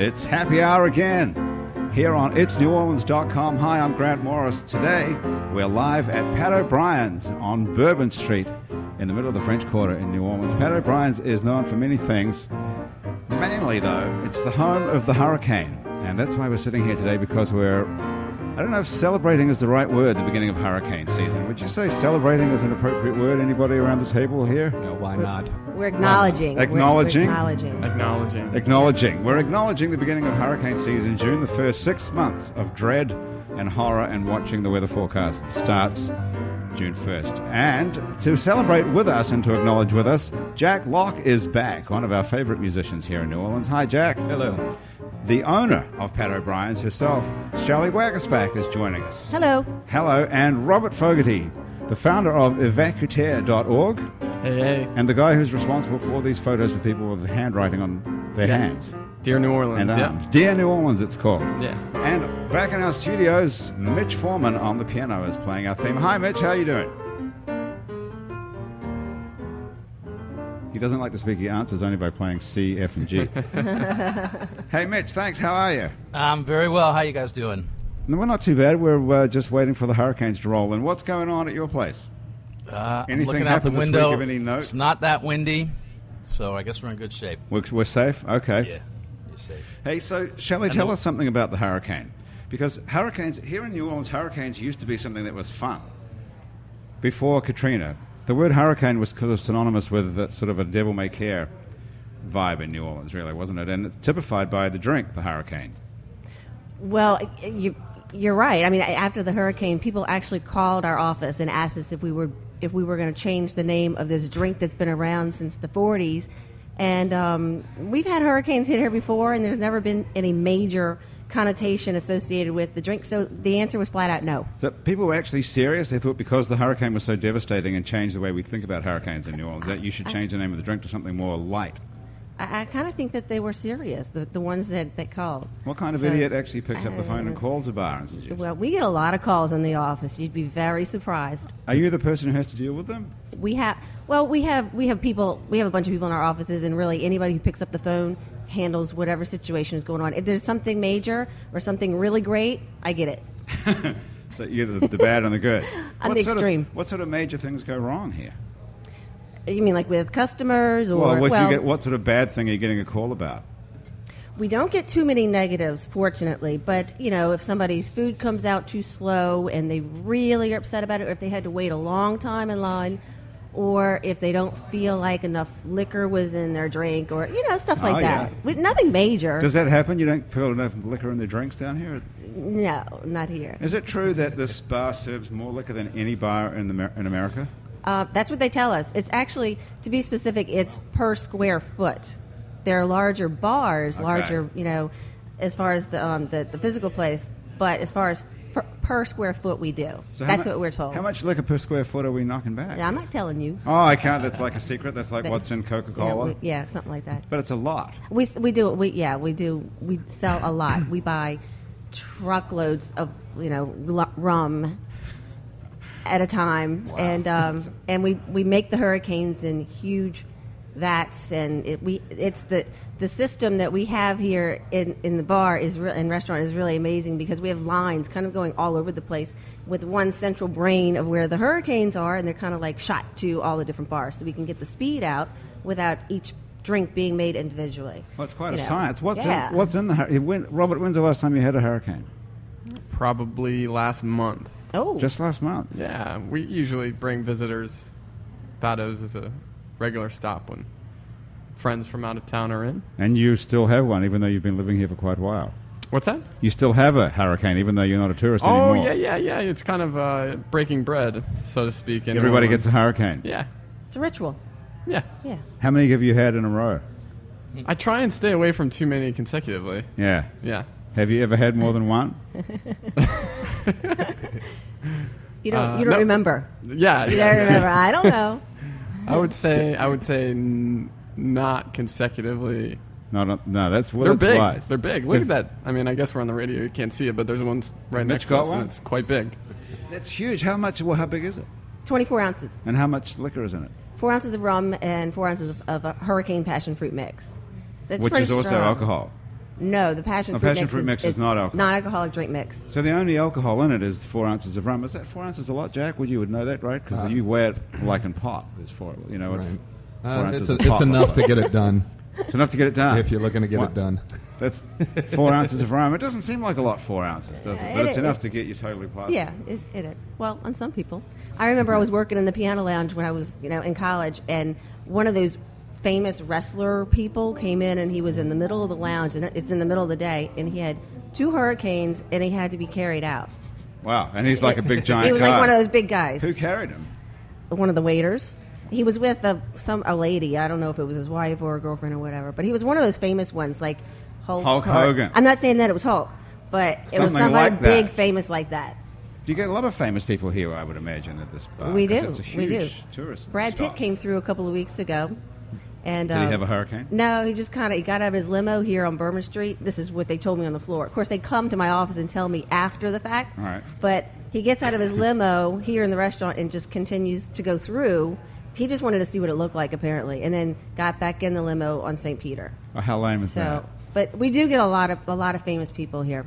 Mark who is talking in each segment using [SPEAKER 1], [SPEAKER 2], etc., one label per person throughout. [SPEAKER 1] It's happy hour again here on itsneworleans.com. Hi, I'm Grant Morris. Today, we're live at Pat O'Brien's on Bourbon Street in the middle of the French Quarter in New Orleans. Pat O'Brien's is known for many things. Mainly, though, it's the home of the hurricane. And that's why we're sitting here today because we're, I don't know if celebrating is the right word at the beginning of hurricane season. Would you say celebrating is an appropriate word? Anybody around the table here?
[SPEAKER 2] No, why not?
[SPEAKER 3] We're acknowledging. We're-
[SPEAKER 1] Acknowledging.
[SPEAKER 3] We're, acknowledging.
[SPEAKER 4] Acknowledging.
[SPEAKER 1] Acknowledging. We're acknowledging the beginning of hurricane season, June, the first six months of dread and horror and watching the weather forecast that starts June 1st. And to celebrate with us and to acknowledge with us, Jack Locke is back, one of our favorite musicians here in New Orleans. Hi, Jack.
[SPEAKER 2] Hello.
[SPEAKER 1] The owner of Pat O'Brien's herself, Shelly Waggersback, is joining us.
[SPEAKER 3] Hello.
[SPEAKER 1] Hello, and Robert Fogarty, the founder of evacuateur.org
[SPEAKER 4] Hey, hey.
[SPEAKER 1] and the guy who's responsible for all these photos of people with handwriting on their
[SPEAKER 4] Yeah.
[SPEAKER 1] hands
[SPEAKER 4] Dear New Orleans.
[SPEAKER 1] and um,
[SPEAKER 4] yeah.
[SPEAKER 1] arms. Dear New Orleans, it's called.
[SPEAKER 4] Yeah.
[SPEAKER 1] And back in our studios, Mitch Foreman on the piano is playing our theme. Hi, Mitch. How you doing? He doesn't like to speak. He answers only by playing C, F, and G. hey, Mitch. Thanks. How are you?
[SPEAKER 5] I'm very well. How you guys doing?
[SPEAKER 1] No, we're not too bad. We're uh, just waiting for the hurricanes to roll in. What's going on at your place?
[SPEAKER 5] Uh,
[SPEAKER 1] Anything
[SPEAKER 5] I'm looking out the
[SPEAKER 1] happen this week
[SPEAKER 5] window.
[SPEAKER 1] of any note?
[SPEAKER 5] It's not that windy, so I guess we're in good shape.
[SPEAKER 1] We're, we're safe. Okay.
[SPEAKER 5] Yeah, you're safe.
[SPEAKER 1] Hey, so shall I tell us something about the hurricane? Because hurricanes here in New Orleans, hurricanes used to be something that was fun. Before Katrina, the word hurricane was kind of synonymous with the, sort of a devil may care vibe in New Orleans, really, wasn't it? And it's typified by the drink, the hurricane.
[SPEAKER 3] Well, you, you're right. I mean, after the hurricane, people actually called our office and asked us if we were if we were going to change the name of this drink that's been around since the 40s. And um, we've had hurricanes hit here before, and there's never been any major connotation associated with the drink. So the answer was flat out no.
[SPEAKER 1] So people were actually serious. They thought because the hurricane was so devastating and changed the way we think about hurricanes in New Orleans, that you should change the name of the drink to something more light.
[SPEAKER 3] I, I kind of think that they were serious, the, the ones that, that called.
[SPEAKER 1] What kind of
[SPEAKER 3] So-
[SPEAKER 1] idiot actually picks up the phone and calls a bar and suggests?
[SPEAKER 3] Well, we get a lot of calls in the office. You'd be very surprised.
[SPEAKER 1] Are you the person who has to deal with them?
[SPEAKER 3] We have well, we have we have people we have a bunch of people in our offices, and really anybody who picks up the phone handles whatever situation is going on. If there's something major or something really great, I get it.
[SPEAKER 1] So you're the, the bad and the good.
[SPEAKER 3] I'm
[SPEAKER 1] What
[SPEAKER 3] the
[SPEAKER 1] sort
[SPEAKER 3] extreme.
[SPEAKER 1] Of, what sort of major things go wrong here?
[SPEAKER 3] You mean like with customers or
[SPEAKER 1] well, if you get, what sort of bad thing are you getting a call about?
[SPEAKER 3] we don't get too many negatives, fortunately. But you know, if somebody's food comes out too slow and they really are upset about it, or if they had to wait a long time in line, or if they don't feel like enough liquor was in their drink, or you know, stuff like
[SPEAKER 1] Oh, yeah.
[SPEAKER 3] that. With nothing major.
[SPEAKER 1] Does that happen? You don't put enough liquor in the drinks down here?
[SPEAKER 3] no, not here.
[SPEAKER 1] Is it true that this bar serves more liquor than any bar in, the, Mer- in America?
[SPEAKER 3] Uh, that's what they tell us. It's actually, to be specific, it's per square foot. There are larger bars,
[SPEAKER 1] Okay.
[SPEAKER 3] larger, you know, as far as the um, the, the physical place, but as far as per, per square foot, we do.
[SPEAKER 1] how
[SPEAKER 3] that's
[SPEAKER 1] mu-
[SPEAKER 3] what we're told.
[SPEAKER 1] How much liquor per square foot are we knocking back?
[SPEAKER 3] Yeah, I'm not telling you.
[SPEAKER 1] Oh, I can't. That's like a secret. That's like
[SPEAKER 3] But-
[SPEAKER 1] what's in Coca
[SPEAKER 3] Yeah,
[SPEAKER 1] Cola.
[SPEAKER 3] we- yeah, something like that.
[SPEAKER 1] But it's a lot.
[SPEAKER 3] We s- we do we yeah we do we sell a lot. we buy truckloads of you know l- rum at a time, and um, and we we make the hurricanes in huge vats, and it, we it's the the system that we have here in, in the bar is re- and restaurant is really amazing because we have lines kind of going all over the place with one central brain of where the hurricanes are, and they're kind of like shot to all the different bars, so we can get the speed out without each drink being made individually.
[SPEAKER 1] Well, it's quite
[SPEAKER 3] You
[SPEAKER 1] a
[SPEAKER 3] know.
[SPEAKER 1] science. What's,
[SPEAKER 3] Yeah.
[SPEAKER 1] in, what's in the hurricane? When, Robert, when's the last time you had a hurricane?
[SPEAKER 4] Probably last month.
[SPEAKER 3] oh
[SPEAKER 1] Just last month.
[SPEAKER 4] Yeah, we usually bring visitors. Bados is a regular stop when friends from out of town are in.
[SPEAKER 1] And you still have one, even though you've been living here for quite a while.
[SPEAKER 4] What's that?
[SPEAKER 1] You still have a hurricane, even though you're not a tourist
[SPEAKER 4] Oh,
[SPEAKER 1] anymore.
[SPEAKER 4] yeah, yeah, yeah. It's kind of uh, breaking bread, so to speak. in New
[SPEAKER 1] Everybody gets a
[SPEAKER 4] Orleans.
[SPEAKER 1] hurricane.
[SPEAKER 4] Yeah,
[SPEAKER 3] it's a ritual.
[SPEAKER 4] yeah.
[SPEAKER 3] Yeah.
[SPEAKER 1] How many have you had in a row?
[SPEAKER 4] I try and stay away from too many consecutively.
[SPEAKER 1] Yeah.
[SPEAKER 4] Yeah.
[SPEAKER 1] Have you ever had more than one?
[SPEAKER 3] You don't.
[SPEAKER 4] Uh,
[SPEAKER 3] you don't
[SPEAKER 4] no.
[SPEAKER 3] remember.
[SPEAKER 4] Yeah.
[SPEAKER 3] You don't remember. I don't know.
[SPEAKER 4] I would say I would say n- not consecutively.
[SPEAKER 1] No, no, no that's what
[SPEAKER 4] They're
[SPEAKER 1] that's
[SPEAKER 4] big.
[SPEAKER 1] wise.
[SPEAKER 4] They're big. Look at that. I mean, I guess we're on the radio. You can't see it, but there's one s- right
[SPEAKER 1] Mitch
[SPEAKER 4] next to
[SPEAKER 1] got
[SPEAKER 4] us,
[SPEAKER 1] one?
[SPEAKER 4] and it's quite big.
[SPEAKER 1] That's huge. How much? Well, how big is it?
[SPEAKER 3] Twenty-four ounces,
[SPEAKER 1] And how much liquor is in it?
[SPEAKER 3] four ounces of rum, and four ounces of, of a hurricane passion fruit mix. So it's
[SPEAKER 1] Which
[SPEAKER 3] pretty
[SPEAKER 1] is also
[SPEAKER 3] strong.
[SPEAKER 1] alcohol.
[SPEAKER 3] No, the passion
[SPEAKER 1] No,
[SPEAKER 3] fruit
[SPEAKER 1] passion
[SPEAKER 3] mix
[SPEAKER 1] fruit
[SPEAKER 3] is,
[SPEAKER 1] mix is not alcohol.
[SPEAKER 3] non-alcoholic drink mix.
[SPEAKER 1] So the only alcohol in it is four ounces of rum. Is that four ounces a lot, Jack? Well, you would know that, right? Because you wear it like in pot. There's four, you know, it's
[SPEAKER 2] Right.
[SPEAKER 1] four
[SPEAKER 2] Uh,
[SPEAKER 1] ounces
[SPEAKER 2] it's,
[SPEAKER 1] of
[SPEAKER 2] a- it's
[SPEAKER 1] pot.
[SPEAKER 2] enough to get it done
[SPEAKER 1] It's enough to get it done.
[SPEAKER 2] if you're looking to get
[SPEAKER 1] What?
[SPEAKER 2] it done.
[SPEAKER 1] That's four ounces of rum. It doesn't seem like a lot, four ounces, does it?
[SPEAKER 3] Yeah,
[SPEAKER 1] But
[SPEAKER 3] it
[SPEAKER 1] it's
[SPEAKER 3] is.
[SPEAKER 1] enough to get you totally past.
[SPEAKER 3] Yeah, it, it is. Well, on some people, I remember I was working in the piano lounge when I was, you know, in college, and one of those famous wrestler people came in, and he was in the middle of the lounge, and it's in the middle of the day, and he had two hurricanes, and he had to be carried out.
[SPEAKER 1] Wow. And he's like a big giant
[SPEAKER 3] He was
[SPEAKER 1] guy.
[SPEAKER 3] like one of those big guys.
[SPEAKER 1] Who carried him?
[SPEAKER 3] one of the waiters. He was with a some a lady. I don't know if it was his wife or a girlfriend or whatever, but he was one of those famous ones like Hulk,
[SPEAKER 1] Hulk
[SPEAKER 3] or-
[SPEAKER 1] Hogan.
[SPEAKER 3] I'm not saying that it was Hulk, but it was
[SPEAKER 1] Something
[SPEAKER 3] somebody
[SPEAKER 1] like that.
[SPEAKER 3] big, famous like that.
[SPEAKER 1] Do you get a lot of famous people here, I would imagine, at this bar?
[SPEAKER 3] we
[SPEAKER 1] 'Cause
[SPEAKER 3] do.
[SPEAKER 1] It's a
[SPEAKER 3] we
[SPEAKER 1] huge
[SPEAKER 3] do.
[SPEAKER 1] tourist.
[SPEAKER 3] Brad Pitt
[SPEAKER 1] stop.
[SPEAKER 3] came through a couple of weeks ago, and um,
[SPEAKER 1] Did he have a hurricane?
[SPEAKER 3] No, he just kind of he got out of his limo here on Burma Street. This is what they told me on the floor. Of course, they come to my office and tell me after the fact.
[SPEAKER 1] All right.
[SPEAKER 3] But he gets out of his limo here in the restaurant and just continues to go through. He just wanted to see what it looked like, apparently, and then got back in the limo on St. Peter.
[SPEAKER 1] Oh, how lame is
[SPEAKER 3] So,
[SPEAKER 1] that?
[SPEAKER 3] but we do get a lot of a lot of famous people here.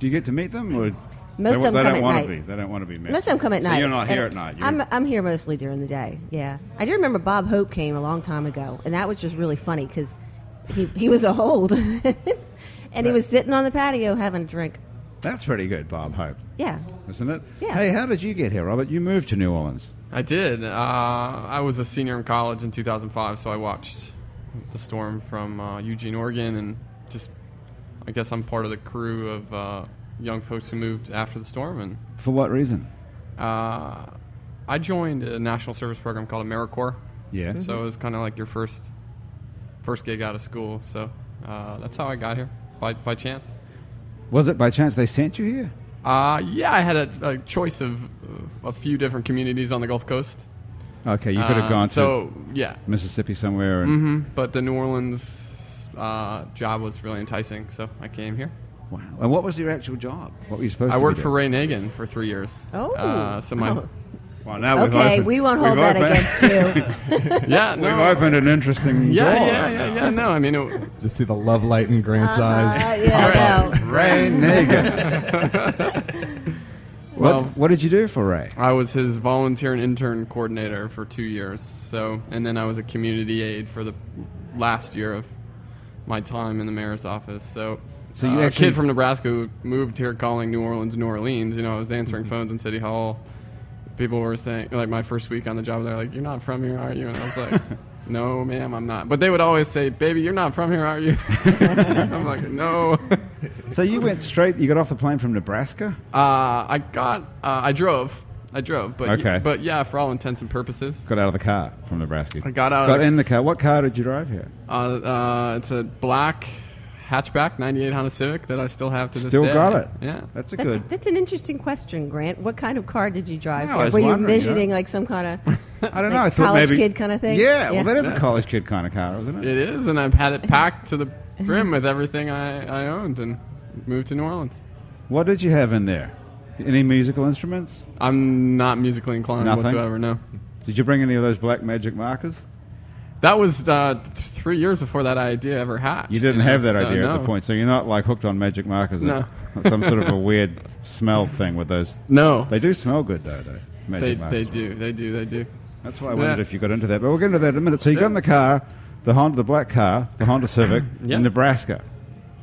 [SPEAKER 1] Do you get to meet them? Or
[SPEAKER 3] Most
[SPEAKER 1] they, they
[SPEAKER 3] of them come
[SPEAKER 1] don't
[SPEAKER 3] at
[SPEAKER 1] wanna
[SPEAKER 3] night.
[SPEAKER 1] be. They don't want to be missed.
[SPEAKER 3] Most of them come at
[SPEAKER 1] so
[SPEAKER 3] night.
[SPEAKER 1] you're not
[SPEAKER 3] And
[SPEAKER 1] here at night. You're-
[SPEAKER 3] I'm, I'm here mostly during the day. Yeah, I do remember Bob Hope came a long time ago, and that was just really funny because he he was old, and he was sitting on the patio having a drink.
[SPEAKER 1] that's pretty good, Bob Hope,
[SPEAKER 3] Yeah,
[SPEAKER 1] isn't it?
[SPEAKER 3] Yeah.
[SPEAKER 1] Hey, how did you get here, Robert? You moved to New Orleans.
[SPEAKER 4] I did. Uh, I was a senior in college in 2005, so I watched the storm from uh, Eugene, Oregon, and just I guess I'm part of the crew of uh, young folks who moved after the storm. And
[SPEAKER 1] For what reason?
[SPEAKER 4] uh, I joined a national service program called AmeriCorps,
[SPEAKER 1] Yeah.
[SPEAKER 4] so it was kind of like your first first gig out of school. So uh, that's how I got here by by chance.
[SPEAKER 1] Was it by chance they sent you here?
[SPEAKER 4] Uh, yeah, I had a, a choice of of a few different communities on the Gulf Coast.
[SPEAKER 1] Okay, you could have
[SPEAKER 4] Um,
[SPEAKER 1] gone to
[SPEAKER 4] So yeah,
[SPEAKER 1] Mississippi somewhere. And,
[SPEAKER 4] Mhm. But the New Orleans uh, job was really enticing, so I came here.
[SPEAKER 1] Wow. And what was your actual job? What were you supposed
[SPEAKER 4] Mm-hmm. I
[SPEAKER 1] to be
[SPEAKER 4] worked for
[SPEAKER 1] doing?
[SPEAKER 4] Ray Nagin for three years.
[SPEAKER 3] Oh.
[SPEAKER 4] uh, so my
[SPEAKER 3] Oh.
[SPEAKER 1] Well, now we've
[SPEAKER 3] okay,
[SPEAKER 1] opened-
[SPEAKER 3] we won't
[SPEAKER 1] we've
[SPEAKER 3] hold that
[SPEAKER 1] opened-
[SPEAKER 3] against you.
[SPEAKER 4] yeah, no,
[SPEAKER 1] We've opened an interesting
[SPEAKER 4] yeah,
[SPEAKER 1] door.
[SPEAKER 4] yeah, yeah, yeah. No, I mean, it,
[SPEAKER 2] Just see the love light in Grant's
[SPEAKER 3] Uh,
[SPEAKER 2] eyes.
[SPEAKER 4] All
[SPEAKER 3] yeah,
[SPEAKER 4] right.
[SPEAKER 3] no.
[SPEAKER 1] Ray Nagin.
[SPEAKER 4] Well-
[SPEAKER 1] what, what did you do for Ray?
[SPEAKER 4] I was his volunteer and intern coordinator for two years. So, and then I was a community aide for the last year of my time in the mayor's office. So,
[SPEAKER 1] So you
[SPEAKER 4] uh,
[SPEAKER 1] actually-
[SPEAKER 4] a kid from Nebraska who moved here calling New Orleans, New Orleans. You know, I was answering
[SPEAKER 1] Mm-hmm.
[SPEAKER 4] phones in City Hall. People were saying, like, my first week on the job, they're like, "You're not from here, are you?" And I was like, "No, ma'am, I'm not." But they would always say, "Baby, you're not from here, are you?" I'm like, "No."
[SPEAKER 1] So you went straight. You got off the plane from Nebraska.
[SPEAKER 4] Uh, I got, uh, I drove, I drove, but
[SPEAKER 1] Okay.
[SPEAKER 4] but yeah, for all intents and purposes,
[SPEAKER 1] Got out of the car from Nebraska.
[SPEAKER 4] I got out of
[SPEAKER 1] Got
[SPEAKER 4] the-
[SPEAKER 1] in the car. What car did you drive here?
[SPEAKER 4] Uh, uh, it's a black hatchback, 98 Honda Civic that I still have to this
[SPEAKER 1] Still
[SPEAKER 4] day.
[SPEAKER 1] got it.
[SPEAKER 4] Yeah.
[SPEAKER 1] that's a
[SPEAKER 3] That's,
[SPEAKER 1] good.
[SPEAKER 3] that's an interesting question, Grant. What kind of car did you drive?
[SPEAKER 1] Yeah, I
[SPEAKER 3] for?
[SPEAKER 1] was
[SPEAKER 3] Were you
[SPEAKER 1] wondering, yeah.
[SPEAKER 3] envisioning like some kind of?
[SPEAKER 1] I don't know.
[SPEAKER 3] like
[SPEAKER 1] I thought
[SPEAKER 3] college
[SPEAKER 1] maybe
[SPEAKER 3] kid kinda thing?
[SPEAKER 1] Yeah,
[SPEAKER 3] Yeah.
[SPEAKER 1] well, that is a college kid kind of car, isn't it?
[SPEAKER 4] It is, and I've had it packed to the brim with everything I, I owned and moved to New Orleans.
[SPEAKER 1] What did you have in there? Any musical instruments?
[SPEAKER 4] I'm not musically inclined
[SPEAKER 1] Nothing?
[SPEAKER 4] whatsoever, no.
[SPEAKER 1] Did you bring any of those black magic markers?
[SPEAKER 4] That was uh, th- three years before that idea ever hatched.
[SPEAKER 1] You didn't
[SPEAKER 4] know,
[SPEAKER 1] have that
[SPEAKER 4] so
[SPEAKER 1] idea at
[SPEAKER 4] no.
[SPEAKER 1] the point, so you're not like hooked on magic markers.
[SPEAKER 4] No.
[SPEAKER 1] It's Some sort of a weird smell thing with those.
[SPEAKER 4] No.
[SPEAKER 1] They do smell good though, though. Magic
[SPEAKER 4] They,
[SPEAKER 1] markers.
[SPEAKER 4] they do, they do, they do.
[SPEAKER 1] That's why I wondered
[SPEAKER 4] Yeah.
[SPEAKER 1] if you got into that. But we'll get into that in a minute. So you got
[SPEAKER 4] Yeah.
[SPEAKER 1] in the car, the Honda, the black car, the Honda Civic
[SPEAKER 4] Yeah.
[SPEAKER 1] in Nebraska.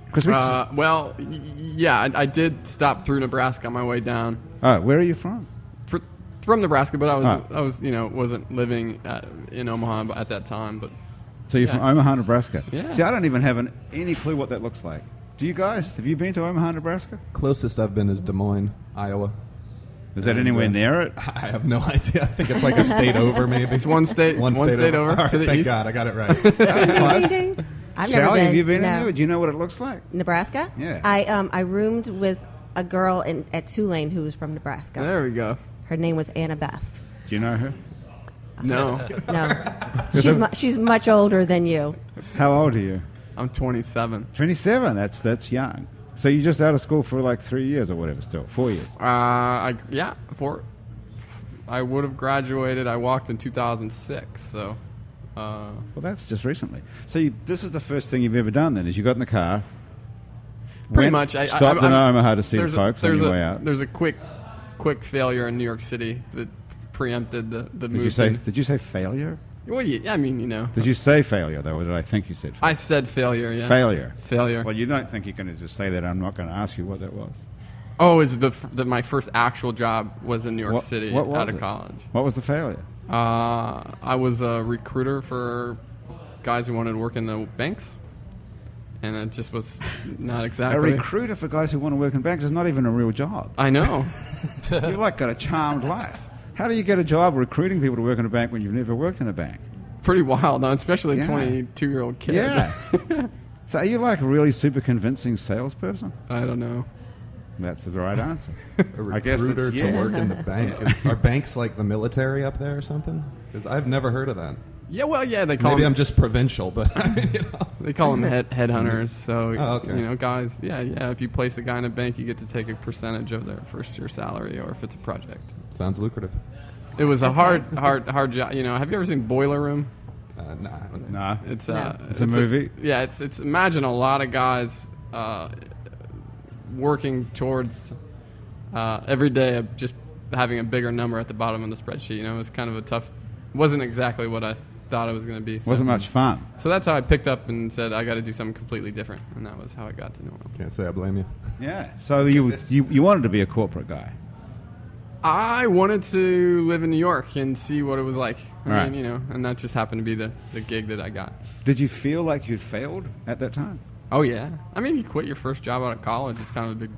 [SPEAKER 1] Because we.
[SPEAKER 4] Uh, well, y- y- yeah, I, I did stop through Nebraska on my way down.
[SPEAKER 1] oh, where are you from?
[SPEAKER 4] fr- from Nebraska, but I was
[SPEAKER 1] Ah.
[SPEAKER 4] I was you know wasn't living at, in Omaha b- at that time. But
[SPEAKER 1] So you're from
[SPEAKER 4] Yeah.
[SPEAKER 1] Omaha, Nebraska.
[SPEAKER 4] Yeah.
[SPEAKER 1] See, I don't even have an, any clue what that looks like. Do you guys? Have you been to Omaha, Nebraska?
[SPEAKER 2] Closest I've been is Des Moines, Iowa.
[SPEAKER 1] Is that anywhere
[SPEAKER 2] uh,
[SPEAKER 1] near it?
[SPEAKER 2] I have no idea. I think it's like a state over, maybe.
[SPEAKER 4] it's one state one, state, over,
[SPEAKER 2] All right,
[SPEAKER 4] to the
[SPEAKER 2] thank
[SPEAKER 4] east.
[SPEAKER 2] God, I got it right.
[SPEAKER 1] That's
[SPEAKER 3] Ding,
[SPEAKER 1] close.
[SPEAKER 3] ding, ding. I've never
[SPEAKER 1] Sally,
[SPEAKER 3] been.
[SPEAKER 1] have you been
[SPEAKER 3] no.
[SPEAKER 1] in there? Do you know what it looks like?
[SPEAKER 3] Nebraska.
[SPEAKER 1] Yeah.
[SPEAKER 3] I um I roomed with a girl in at Tulane who was from Nebraska.
[SPEAKER 4] There we go.
[SPEAKER 3] Her name was Anna Beth.
[SPEAKER 1] Do you know her?
[SPEAKER 4] No,
[SPEAKER 3] No, she's mu- she's much older than you.
[SPEAKER 1] How old are you?
[SPEAKER 4] I'm 27.
[SPEAKER 1] 27. That's that's young. So you're just out of school for like three years or whatever. Still four years.
[SPEAKER 4] Uh, I yeah for I would have graduated. I walked in 2006. So uh,
[SPEAKER 1] Well, that's just recently. So you, this is the first thing you've ever done. Then is you got in the car,
[SPEAKER 4] Pretty
[SPEAKER 1] When-
[SPEAKER 4] much. I, I-
[SPEAKER 1] Stop
[SPEAKER 4] I'm-
[SPEAKER 1] in
[SPEAKER 4] I'm-
[SPEAKER 1] Omaha to see the
[SPEAKER 4] there's a-
[SPEAKER 1] folks on
[SPEAKER 4] there's
[SPEAKER 1] your
[SPEAKER 4] a-
[SPEAKER 1] way out.
[SPEAKER 4] There's a quick, quick failure in New York City that preempted the the
[SPEAKER 1] Did you say? Did you say failure?
[SPEAKER 4] Well, yeah, I mean, you know,
[SPEAKER 1] Did you say failure though, or did I think you said failure?
[SPEAKER 4] I said failure. Yeah.
[SPEAKER 1] failure?
[SPEAKER 4] Failure.
[SPEAKER 1] Well, you don't think you're going to just say that? I'm not going to ask you what that was.
[SPEAKER 4] Oh, is the, f- the my first actual job was in New York
[SPEAKER 1] What-
[SPEAKER 4] City
[SPEAKER 1] what was
[SPEAKER 4] out of
[SPEAKER 1] it?
[SPEAKER 4] college.
[SPEAKER 1] What was the failure?
[SPEAKER 4] Uh, I was a recruiter for guys who wanted to work in the banks, and it just was not
[SPEAKER 1] A
[SPEAKER 4] exactly.
[SPEAKER 1] recruiter for guys who want to work in banks is not even a real job.
[SPEAKER 4] I know.
[SPEAKER 1] You've like got a charmed life. How do you get a job recruiting people to work in a bank when you've never worked in a bank?
[SPEAKER 4] Pretty wild, huh? especially
[SPEAKER 1] Yeah.
[SPEAKER 4] a 22 year old kid.
[SPEAKER 1] Yeah. so are you like a really super convincing salesperson?
[SPEAKER 4] I don't know.
[SPEAKER 1] That's the right answer.
[SPEAKER 2] A recruiter
[SPEAKER 1] I guess that's
[SPEAKER 2] to
[SPEAKER 1] yes.
[SPEAKER 2] work in the bank. Is, are banks like the military up there or something? Because I've never heard of that.
[SPEAKER 4] Yeah, well, yeah, they call
[SPEAKER 2] Maybe
[SPEAKER 4] them,
[SPEAKER 2] I'm just provincial, but I mean, you know.
[SPEAKER 4] they call them head, headhunters. So
[SPEAKER 2] Oh, okay.
[SPEAKER 4] you know, guys, yeah, yeah. If you place a guy in a bank, you get to take a percentage of their first year salary, or if it's a project.
[SPEAKER 2] sounds lucrative.
[SPEAKER 4] It was a hard, hard, hard job. You know, have you ever seen Boiler Room?
[SPEAKER 2] Uh, nah, I don't know.
[SPEAKER 1] No.
[SPEAKER 4] It's uh,
[SPEAKER 1] It's a movie?
[SPEAKER 4] yeah, it's it's imagine a lot of guys uh, working towards uh, every day of just having a bigger number at the bottom of the spreadsheet. You know, it's kind of a tough. Wasn't exactly what I thought it was going to be. So.
[SPEAKER 1] Wasn't much fun.
[SPEAKER 4] So that's how I picked up and said I got to do something completely different, and that was how I got to New Orleans.
[SPEAKER 2] Can't say I blame you.
[SPEAKER 1] Yeah. So you, you you wanted to be a corporate guy.
[SPEAKER 4] I wanted to live in New York and see what it was like. I
[SPEAKER 1] Right.
[SPEAKER 4] mean, you know, and that just happened to be the, the gig that I got.
[SPEAKER 1] Did you feel like you'd failed at that time?
[SPEAKER 4] Oh yeah, I mean, you quit your first job out of college. It's kind of a big,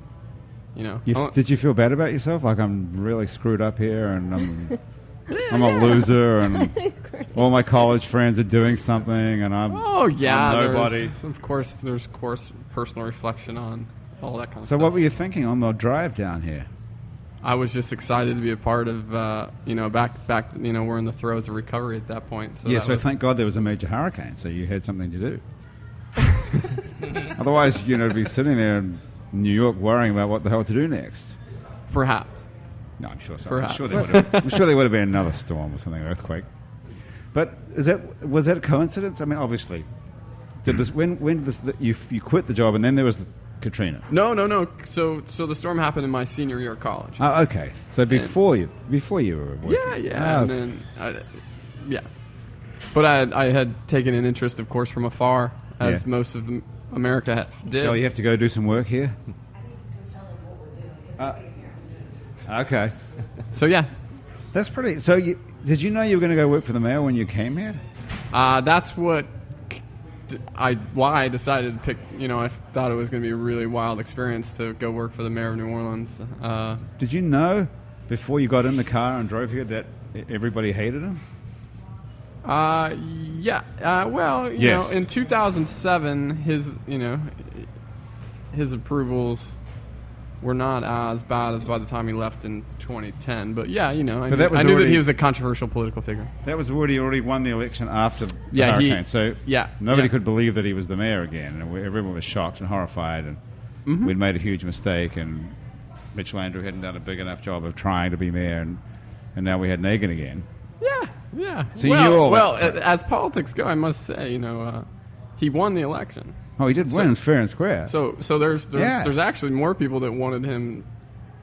[SPEAKER 4] you know.
[SPEAKER 1] You,
[SPEAKER 4] I wa-
[SPEAKER 1] did you feel bad about yourself? Like I'm really screwed up here, and I'm I'm a loser, and all my college friends are doing something, and I'm
[SPEAKER 4] Oh yeah,
[SPEAKER 1] I'm
[SPEAKER 4] there's-
[SPEAKER 1] nobody.
[SPEAKER 4] Of course, there's course personal reflection on all that kind of
[SPEAKER 1] So
[SPEAKER 4] stuff.
[SPEAKER 1] what were you thinking on the drive down here?
[SPEAKER 4] I was just excited to be a part of. Uh, you know, back back. You know, we're in the throes of recovery at that point. So
[SPEAKER 1] yeah,
[SPEAKER 4] that
[SPEAKER 1] so
[SPEAKER 4] was-
[SPEAKER 1] thank God there was a major hurricane, so you had something to do. Otherwise, you know, to be sitting there in New York worrying about what the hell to do next.
[SPEAKER 4] perhaps.
[SPEAKER 1] No, I'm sure. So. I'm
[SPEAKER 4] Perhaps.
[SPEAKER 1] sure there would have. I'm sure there would have been another storm or something, earthquake. But is that was that a coincidence? I mean, obviously, did this when when did this you you quit the job and then there was the Katrina?
[SPEAKER 4] No, no, no. So so the storm happened in my senior year of college.
[SPEAKER 1] Oh, okay. So before you before you were working.
[SPEAKER 4] yeah, yeah,
[SPEAKER 1] Oh,
[SPEAKER 4] and then I, yeah. But I I had taken an interest, of course, from afar, as
[SPEAKER 1] Yeah.
[SPEAKER 4] most of Am- America ha- did.
[SPEAKER 1] Shall you have to go do some work here? Uh, okay.
[SPEAKER 4] So yeah,
[SPEAKER 1] That's pretty. So, you, did you know you were going to go work for the mail when you came here?
[SPEAKER 4] Uh, that's what c- d- I why I decided to pick. You know, I thought it was going to be a really wild experience to go work for the mayor of New Orleans. Uh,
[SPEAKER 1] Did you know before you got in the car and drove here that e- everybody hated him?
[SPEAKER 4] uh, yeah. Uh, well, you
[SPEAKER 1] Yes.
[SPEAKER 4] know, in 2007, his you know his approvals were not as bad as by the time he left in 2010. But yeah, you know,
[SPEAKER 1] But
[SPEAKER 4] I, knew,
[SPEAKER 1] that was
[SPEAKER 4] I knew that
[SPEAKER 1] already-
[SPEAKER 4] he was a controversial political figure.
[SPEAKER 1] That was already already won the election after the
[SPEAKER 4] Yeah, he-
[SPEAKER 1] hurricane, so
[SPEAKER 4] yeah,
[SPEAKER 1] nobody
[SPEAKER 4] yeah.
[SPEAKER 1] could believe that he was the mayor again, and we- everyone was shocked and horrified, and
[SPEAKER 4] Mm-hmm.
[SPEAKER 1] we'd made a huge mistake, and Mitch Landrieu hadn't done a big enough job of trying to be mayor, and, and now we had Nagin again.
[SPEAKER 4] Yeah, yeah.
[SPEAKER 1] So you
[SPEAKER 4] well,
[SPEAKER 1] knew all
[SPEAKER 4] well,
[SPEAKER 1] that.
[SPEAKER 4] a- as politics go, I must say, you know, uh, he won the election.
[SPEAKER 1] Oh, he did win fair and square.
[SPEAKER 4] So so there's there's,
[SPEAKER 1] Yeah.
[SPEAKER 4] there's actually more people that wanted him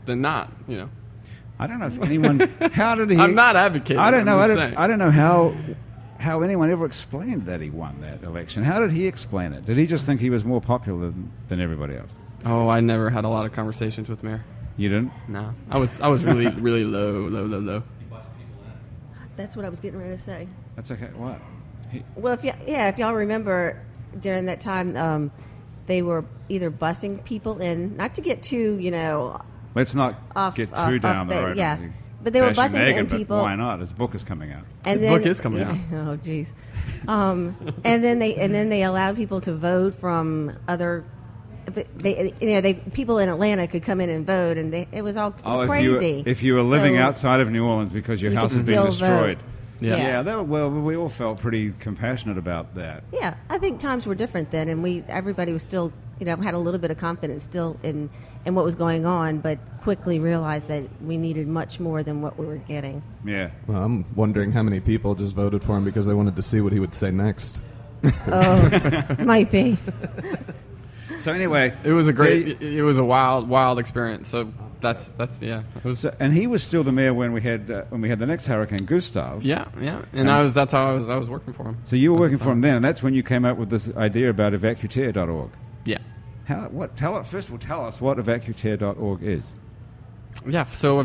[SPEAKER 4] than not. You know,
[SPEAKER 1] I don't know if anyone. How did he?
[SPEAKER 4] I'm not advocating,
[SPEAKER 1] I don't know.
[SPEAKER 4] I'm just
[SPEAKER 1] I don't,
[SPEAKER 4] saying.
[SPEAKER 1] I don't know how how anyone ever explained that he won that election. How did he explain it? Did he just think he was more popular than, than everybody else?
[SPEAKER 4] oh, I never had a lot of conversations with Mayor.
[SPEAKER 1] You didn't.
[SPEAKER 4] No, I was I was really really low low low low.
[SPEAKER 3] That's what I was getting ready to say.
[SPEAKER 1] That's okay. What? He,
[SPEAKER 3] Well, if y- yeah, if y'all remember during that time, um, they were either busing people in, not to get too, you know,
[SPEAKER 1] let's not
[SPEAKER 3] Off- uh,
[SPEAKER 1] get too
[SPEAKER 3] off- off
[SPEAKER 1] down the
[SPEAKER 3] ba-
[SPEAKER 1] road.
[SPEAKER 3] yeah.
[SPEAKER 1] and
[SPEAKER 3] But they were
[SPEAKER 1] bashing
[SPEAKER 3] busing
[SPEAKER 1] Nagin,
[SPEAKER 3] in
[SPEAKER 1] but
[SPEAKER 3] people.
[SPEAKER 1] Why not? His book is coming out.
[SPEAKER 3] and
[SPEAKER 4] His
[SPEAKER 3] then,
[SPEAKER 4] book is coming out.
[SPEAKER 3] Oh, jeez. Um, and then they and then they allowed people to vote from other. They, you know, they people in Atlanta could come in and vote, and they, it was all it was
[SPEAKER 1] Oh, if you
[SPEAKER 3] crazy.
[SPEAKER 1] if you were living
[SPEAKER 3] So-
[SPEAKER 1] outside of New Orleans because your
[SPEAKER 3] You could
[SPEAKER 1] house has been
[SPEAKER 3] still
[SPEAKER 1] destroyed.
[SPEAKER 3] vote.
[SPEAKER 4] Yeah.
[SPEAKER 1] Yeah. that, well, we all felt pretty compassionate about that.
[SPEAKER 3] Yeah, I think times were different then, and we everybody was still you know had a little bit of confidence still in in what was going on, but quickly realized that we needed much more than what we were getting.
[SPEAKER 1] Yeah.
[SPEAKER 2] Well, I'm wondering how many people just voted for him because they wanted to see what he would say next.
[SPEAKER 3] Oh, might be.
[SPEAKER 1] So anyway,
[SPEAKER 4] It was a
[SPEAKER 1] they-
[SPEAKER 4] great. It, it was a wild, wild experience. So that's that's yeah. It was
[SPEAKER 1] so- and he was still the mayor when we had uh, when we had the next hurricane, Gustav.
[SPEAKER 4] yeah, yeah. And I was that's how I was I was working for him.
[SPEAKER 1] So you were working for him then, and that's when you came up with this idea about evacuteer.org.
[SPEAKER 4] Yeah.
[SPEAKER 1] How, what, tell, first of all, tell us what evacuteer.org is.
[SPEAKER 4] Yeah, so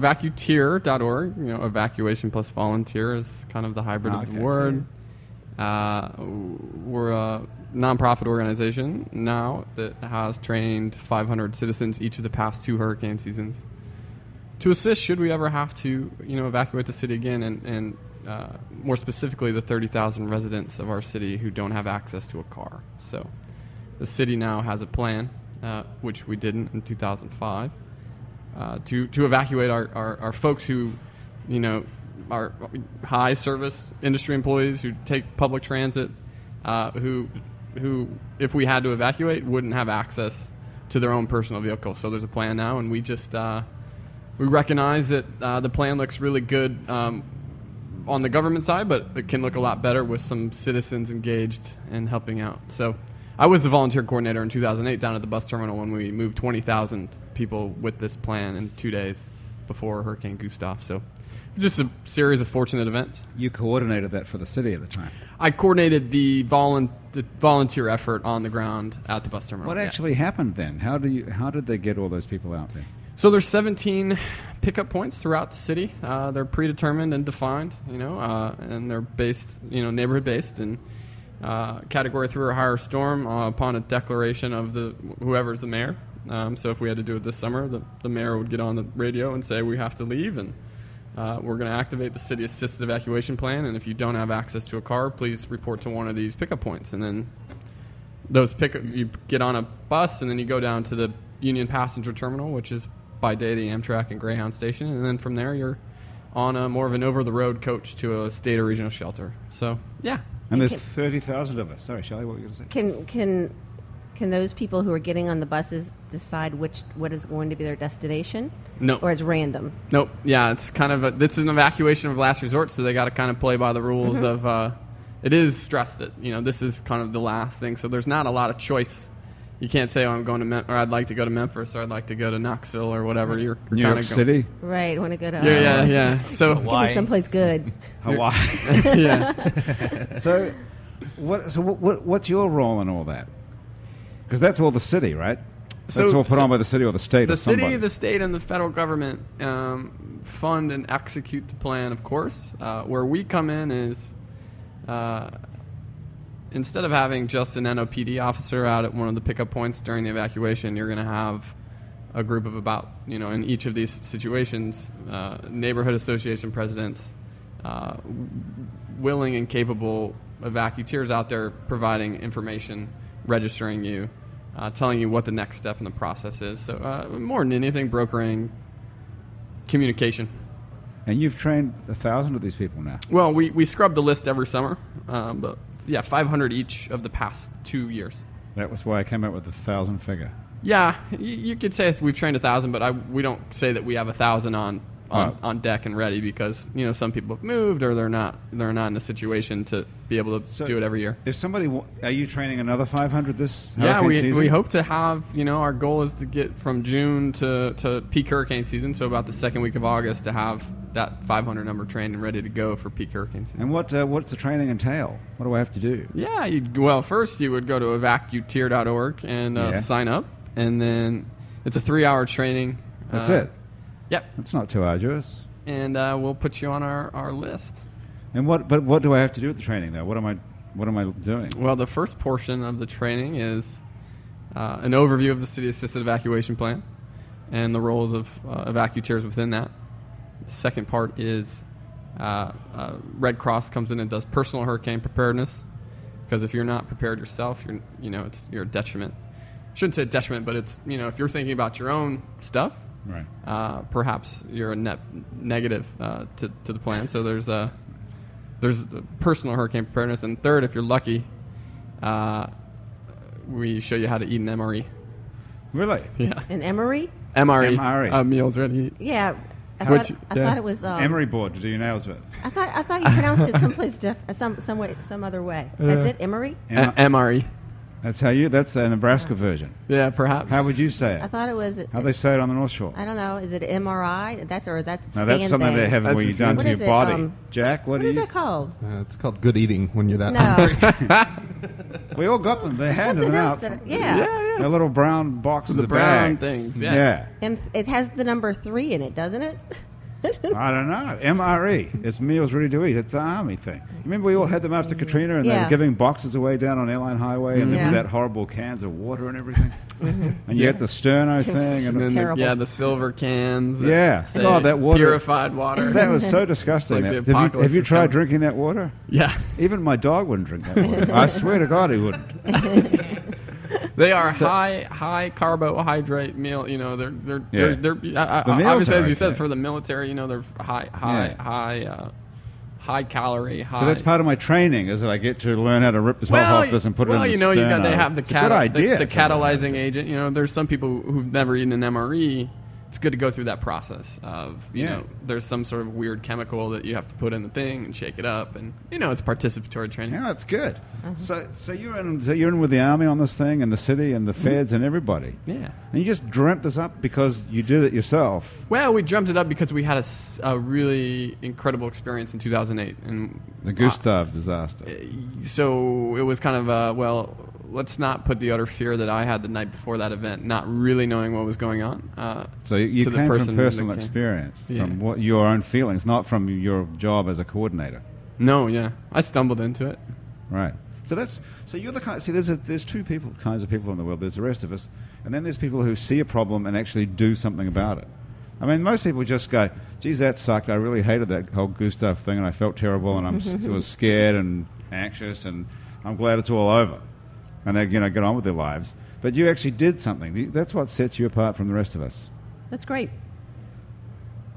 [SPEAKER 4] evacuteer.org, you know, evacuation plus volunteer is kind of the hybrid of the
[SPEAKER 1] Okay.
[SPEAKER 4] word. Uh, we're a nonprofit organization now that has trained 500 citizens each of the past two hurricane seasons to assist should we ever have to, you know, evacuate the city again and, and uh, more specifically the 30,000 residents of our city who don't have access to a car. So the city now has a plan, uh, which we didn't in 2005 uh, to to evacuate our, our, our folks who, you know, are high service industry employees who take public transit, uh, who who if we had to evacuate wouldn't have access to their own personal vehicle. So there's a plan now, and we just uh, we recognize that uh, the plan looks really good. Um, on the government side, but it can look a lot better with some citizens engaged and helping out. So, I was the volunteer coordinator in 2008 down at the bus terminal when we moved 20,000 people with this plan in two days before Hurricane Gustav. So, just a series of fortunate events.
[SPEAKER 1] You coordinated that for the city at the time.
[SPEAKER 4] I coordinated the, volun- the volunteer effort on the ground at the bus terminal.
[SPEAKER 1] What
[SPEAKER 4] Yeah.
[SPEAKER 1] actually happened then? How, do you, how did they get all those people out there?
[SPEAKER 4] So there's 17 pickup points throughout the city. Uh, they're predetermined and defined, you know, uh, and they're based, you know, neighborhood based and uh, category three or higher storm uh, upon a declaration of the whoever's the mayor. Um, so if we had to do it this summer, the, the mayor would get on the radio and say we have to leave and uh, we're going to activate the city assisted evacuation plan. And if you don't have access to a car, please report to one of these pickup points. And then those pick you get on a bus and then you go down to the Union Passenger Terminal, which is by day the Amtrak and Greyhound station, and then from there you're on a more of an over the road coach to a state or regional shelter. So yeah,
[SPEAKER 1] And there's
[SPEAKER 3] can-
[SPEAKER 1] 30,000 of us. Sorry, Shelley, what were you going to say?
[SPEAKER 3] Can can can those people who are getting on the buses decide which what is going to be their destination?
[SPEAKER 4] No.
[SPEAKER 3] or it's random.
[SPEAKER 4] nope, yeah, it's kind of a, this is an evacuation of last resort, so they got to kind of play by the rules of uh, it is stressed that you know this is kind of the last thing, so there's not a lot of choice. You can't say oh, I'm going to Mem- or I'd like to go to Memphis or I'd like to go to Knoxville or whatever. You're
[SPEAKER 1] New
[SPEAKER 4] kinda
[SPEAKER 1] York
[SPEAKER 4] go-
[SPEAKER 1] City,
[SPEAKER 3] Right, want to go to
[SPEAKER 4] Yeah, yeah, yeah. So
[SPEAKER 3] Give me
[SPEAKER 5] Hawaii.
[SPEAKER 3] someplace good.
[SPEAKER 1] Hawaii.
[SPEAKER 4] yeah.
[SPEAKER 1] so what, so what, what, what's your role in all that? Because that's all the city, right?
[SPEAKER 4] So-
[SPEAKER 1] that's all put
[SPEAKER 4] so-
[SPEAKER 1] on by the city or the state or
[SPEAKER 4] the
[SPEAKER 1] somebody.
[SPEAKER 4] city, the state, and the federal government um, fund and execute the plan, of course. Uh, where we come in is uh, instead of having just an NOPD officer out at one of the pickup points during the evacuation, you're going to have a group of about, you know, in each of these situations, uh, neighborhood association presidents, uh, w- willing and capable evacueers out there providing information, registering you, uh, telling you what the next step in the process is. So, uh, more than anything, brokering communication.
[SPEAKER 1] and you've trained a 1,000 of these people now.
[SPEAKER 4] Well, we, we scrubbed a list every summer, um, but yeah, 500 each of the past two years.
[SPEAKER 1] That was why I came up with the 1,000 figure.
[SPEAKER 4] Yeah, you, you could say we've trained a thousand, but I, we don't say that we have a thousand on on,
[SPEAKER 1] Right.
[SPEAKER 4] on deck and ready because you know some people have moved or they're not they're not in a situation to be able to
[SPEAKER 1] So-
[SPEAKER 4] do it every year.
[SPEAKER 1] If somebody, wa- are you training another 500 this
[SPEAKER 4] Yeah,
[SPEAKER 1] hurricane
[SPEAKER 4] we,
[SPEAKER 1] season?
[SPEAKER 4] we hope to have, you know, our goal is to get from June to, to peak hurricane season, so about the second week of August, to have that 500 number trained and ready to go for peak hurricane season.
[SPEAKER 1] And what uh, what's the training entail? What do I have to do?
[SPEAKER 4] Yeah, you'd, well, first you would go to evacuteer.org and uh,
[SPEAKER 1] Yeah.
[SPEAKER 4] sign up, and then it's a three-hour training.
[SPEAKER 1] That's
[SPEAKER 4] Uh,
[SPEAKER 1] it.
[SPEAKER 4] Yep,
[SPEAKER 1] That's not too arduous.
[SPEAKER 4] and uh, we'll put you on our, our list.
[SPEAKER 1] And what but what do I have to do with the training though? What am I what am I doing?
[SPEAKER 4] Well, the first portion of the training is uh, an overview of the city assisted evacuation plan and the roles of uh, evacuators within that. The second part is uh, uh, Red Cross comes in and does personal hurricane preparedness because if you're not prepared yourself, you're you know it's you're a detriment. Shouldn't say detriment, but it's you know if you're thinking about your own stuff,
[SPEAKER 1] Right.
[SPEAKER 4] uh, perhaps you're a net negative uh, to, to the plan. So there's a there's the personal hurricane preparedness, and third, if you're lucky, uh, we show you how to eat an E. MRE.
[SPEAKER 1] Really?
[SPEAKER 4] Yeah,
[SPEAKER 3] And Emory,
[SPEAKER 4] MRE,
[SPEAKER 1] MRE.
[SPEAKER 4] Uh, meals ready.
[SPEAKER 3] yeah. I
[SPEAKER 4] Which-
[SPEAKER 3] thought, I
[SPEAKER 4] yeah.
[SPEAKER 3] thought it was um,
[SPEAKER 1] Emery board to do your nails with.
[SPEAKER 3] I thought I
[SPEAKER 1] E.
[SPEAKER 3] thought you pronounced it someplace diff- uh, some some way some other way. That's it, Emory.
[SPEAKER 1] Em-
[SPEAKER 4] MRE.
[SPEAKER 1] That's how you. That's the Nebraska version.
[SPEAKER 4] E. Yeah, perhaps.
[SPEAKER 1] How would you say
[SPEAKER 3] I
[SPEAKER 1] it?
[SPEAKER 3] thought it was.
[SPEAKER 1] How they say it on the North Shore?
[SPEAKER 3] I don't know. Is it MRI? That's or that's
[SPEAKER 1] Now
[SPEAKER 3] stand
[SPEAKER 1] that's something
[SPEAKER 3] thing.
[SPEAKER 1] they have
[SPEAKER 4] That's
[SPEAKER 1] when
[SPEAKER 4] the
[SPEAKER 1] you've done to
[SPEAKER 4] same-
[SPEAKER 3] What
[SPEAKER 1] your
[SPEAKER 3] is it,
[SPEAKER 1] body.
[SPEAKER 3] um,
[SPEAKER 1] Jack, what,
[SPEAKER 3] What
[SPEAKER 1] do
[SPEAKER 3] is
[SPEAKER 1] you?
[SPEAKER 3] that called?
[SPEAKER 2] Uh, it's called good eating when you're that hungry.
[SPEAKER 3] No,
[SPEAKER 1] We all got them. They handed
[SPEAKER 3] something
[SPEAKER 1] them
[SPEAKER 3] else.
[SPEAKER 1] out.
[SPEAKER 3] That, yeah.
[SPEAKER 1] They're little brown boxes
[SPEAKER 4] The
[SPEAKER 1] of
[SPEAKER 4] brown
[SPEAKER 1] bags.
[SPEAKER 4] things, yeah.
[SPEAKER 3] M- it has the number three in it, doesn't it?
[SPEAKER 1] Yeah. I don't know. MRE. It's meals ready to eat. It's an army thing. Remember we all had them after Katrina and they were
[SPEAKER 3] Yeah.
[SPEAKER 1] giving boxes away down on Airline Highway and they
[SPEAKER 3] Yeah. Mm-hmm.
[SPEAKER 1] with that horrible cans of water and everything. And you get the sterno thing
[SPEAKER 4] And
[SPEAKER 1] and
[SPEAKER 4] then the,
[SPEAKER 3] Terrible.
[SPEAKER 4] yeah, the silver cans. that
[SPEAKER 1] Yeah.
[SPEAKER 4] say
[SPEAKER 1] God, that water-
[SPEAKER 4] Purified water.
[SPEAKER 1] that was so disgusting.
[SPEAKER 4] It's like
[SPEAKER 1] Have
[SPEAKER 4] the
[SPEAKER 1] you- have you,
[SPEAKER 4] apocalypse is
[SPEAKER 1] tried
[SPEAKER 4] coming.
[SPEAKER 1] drinking that water?
[SPEAKER 4] yeah.
[SPEAKER 1] Even my dog wouldn't drink that water. I swear to God he wouldn't.
[SPEAKER 4] They are high high carbohydrate meal. You know, they're they're
[SPEAKER 1] Yeah.
[SPEAKER 4] they're, they're I, I,
[SPEAKER 1] The meals
[SPEAKER 4] obviously as
[SPEAKER 1] are
[SPEAKER 4] you said
[SPEAKER 1] okay.
[SPEAKER 4] for the military. You know, they're high high
[SPEAKER 1] Yeah.
[SPEAKER 4] high uh, high calorie. High.
[SPEAKER 1] So that's part of my training is that I get to learn how to rip the top
[SPEAKER 4] well,
[SPEAKER 1] off this and put
[SPEAKER 4] well,
[SPEAKER 1] it in
[SPEAKER 4] you
[SPEAKER 1] the
[SPEAKER 4] know, you got
[SPEAKER 1] sterno.
[SPEAKER 4] they have the,
[SPEAKER 1] It's a good
[SPEAKER 4] cata- the-
[SPEAKER 1] idea.
[SPEAKER 4] the, catalyzing agent. You know, there's some people who've never eaten an MRE. It's good to go through that process of you
[SPEAKER 1] Yeah.
[SPEAKER 4] know, there's some sort of weird chemical that you have to put in the thing and shake it up, and you know, it's participatory training.
[SPEAKER 1] Yeah, that's good.
[SPEAKER 3] Uh-huh.
[SPEAKER 1] So, so you're in, so you're in with the army on this thing, and the city, and the
[SPEAKER 3] Mm-hmm.
[SPEAKER 1] feds, and everybody.
[SPEAKER 4] Yeah.
[SPEAKER 1] And you just dreamt this up because you did it yourself.
[SPEAKER 4] Well, we dreamt it up because we had a, s- a really incredible experience in 2008, and
[SPEAKER 1] The Gustav disaster.
[SPEAKER 4] so it was kind of uh, well let's not put the utter fear that i had the night before that event not really knowing what was going on uh,
[SPEAKER 1] So you, you
[SPEAKER 4] to the
[SPEAKER 1] came
[SPEAKER 4] person
[SPEAKER 1] from
[SPEAKER 4] that
[SPEAKER 1] personal
[SPEAKER 4] came.
[SPEAKER 1] experience,
[SPEAKER 4] Yeah.
[SPEAKER 1] from what your own feelings, not from your job as a coordinator,
[SPEAKER 4] no yeah i stumbled into it
[SPEAKER 1] right? So that's so you're the kind. See, there's a, there's two people kinds of people in the world. There's the rest of us, and then there's people who see a problem and actually do something about it. I mean, most people just go, "Geez, that sucked. I really hated that whole Gustav thing, and I felt terrible, and I'm s- was scared and anxious, and I'm glad it's all over." And they, you know, get on with their lives. But you actually did something. You- That's what sets you apart from the rest of us.
[SPEAKER 3] That's great.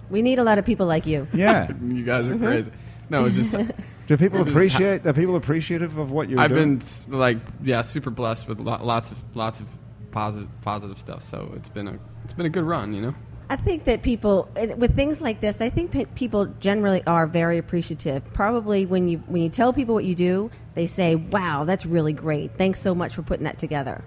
[SPEAKER 3] We need a lot of people like you.
[SPEAKER 1] Yeah.
[SPEAKER 4] you guys are crazy no it's just
[SPEAKER 1] Do people appreciate? Are people appreciative of what you're
[SPEAKER 4] i've
[SPEAKER 1] doing?
[SPEAKER 4] been s- like yeah super blessed with lo- lots of lots of positive positive stuff so it's been a it's been a good run you know
[SPEAKER 3] I think that people and with things like this, I think pe- people generally are very appreciative. Probably when you when you tell people what you do, they say, "Wow, that's really great. Thanks so much for putting that together."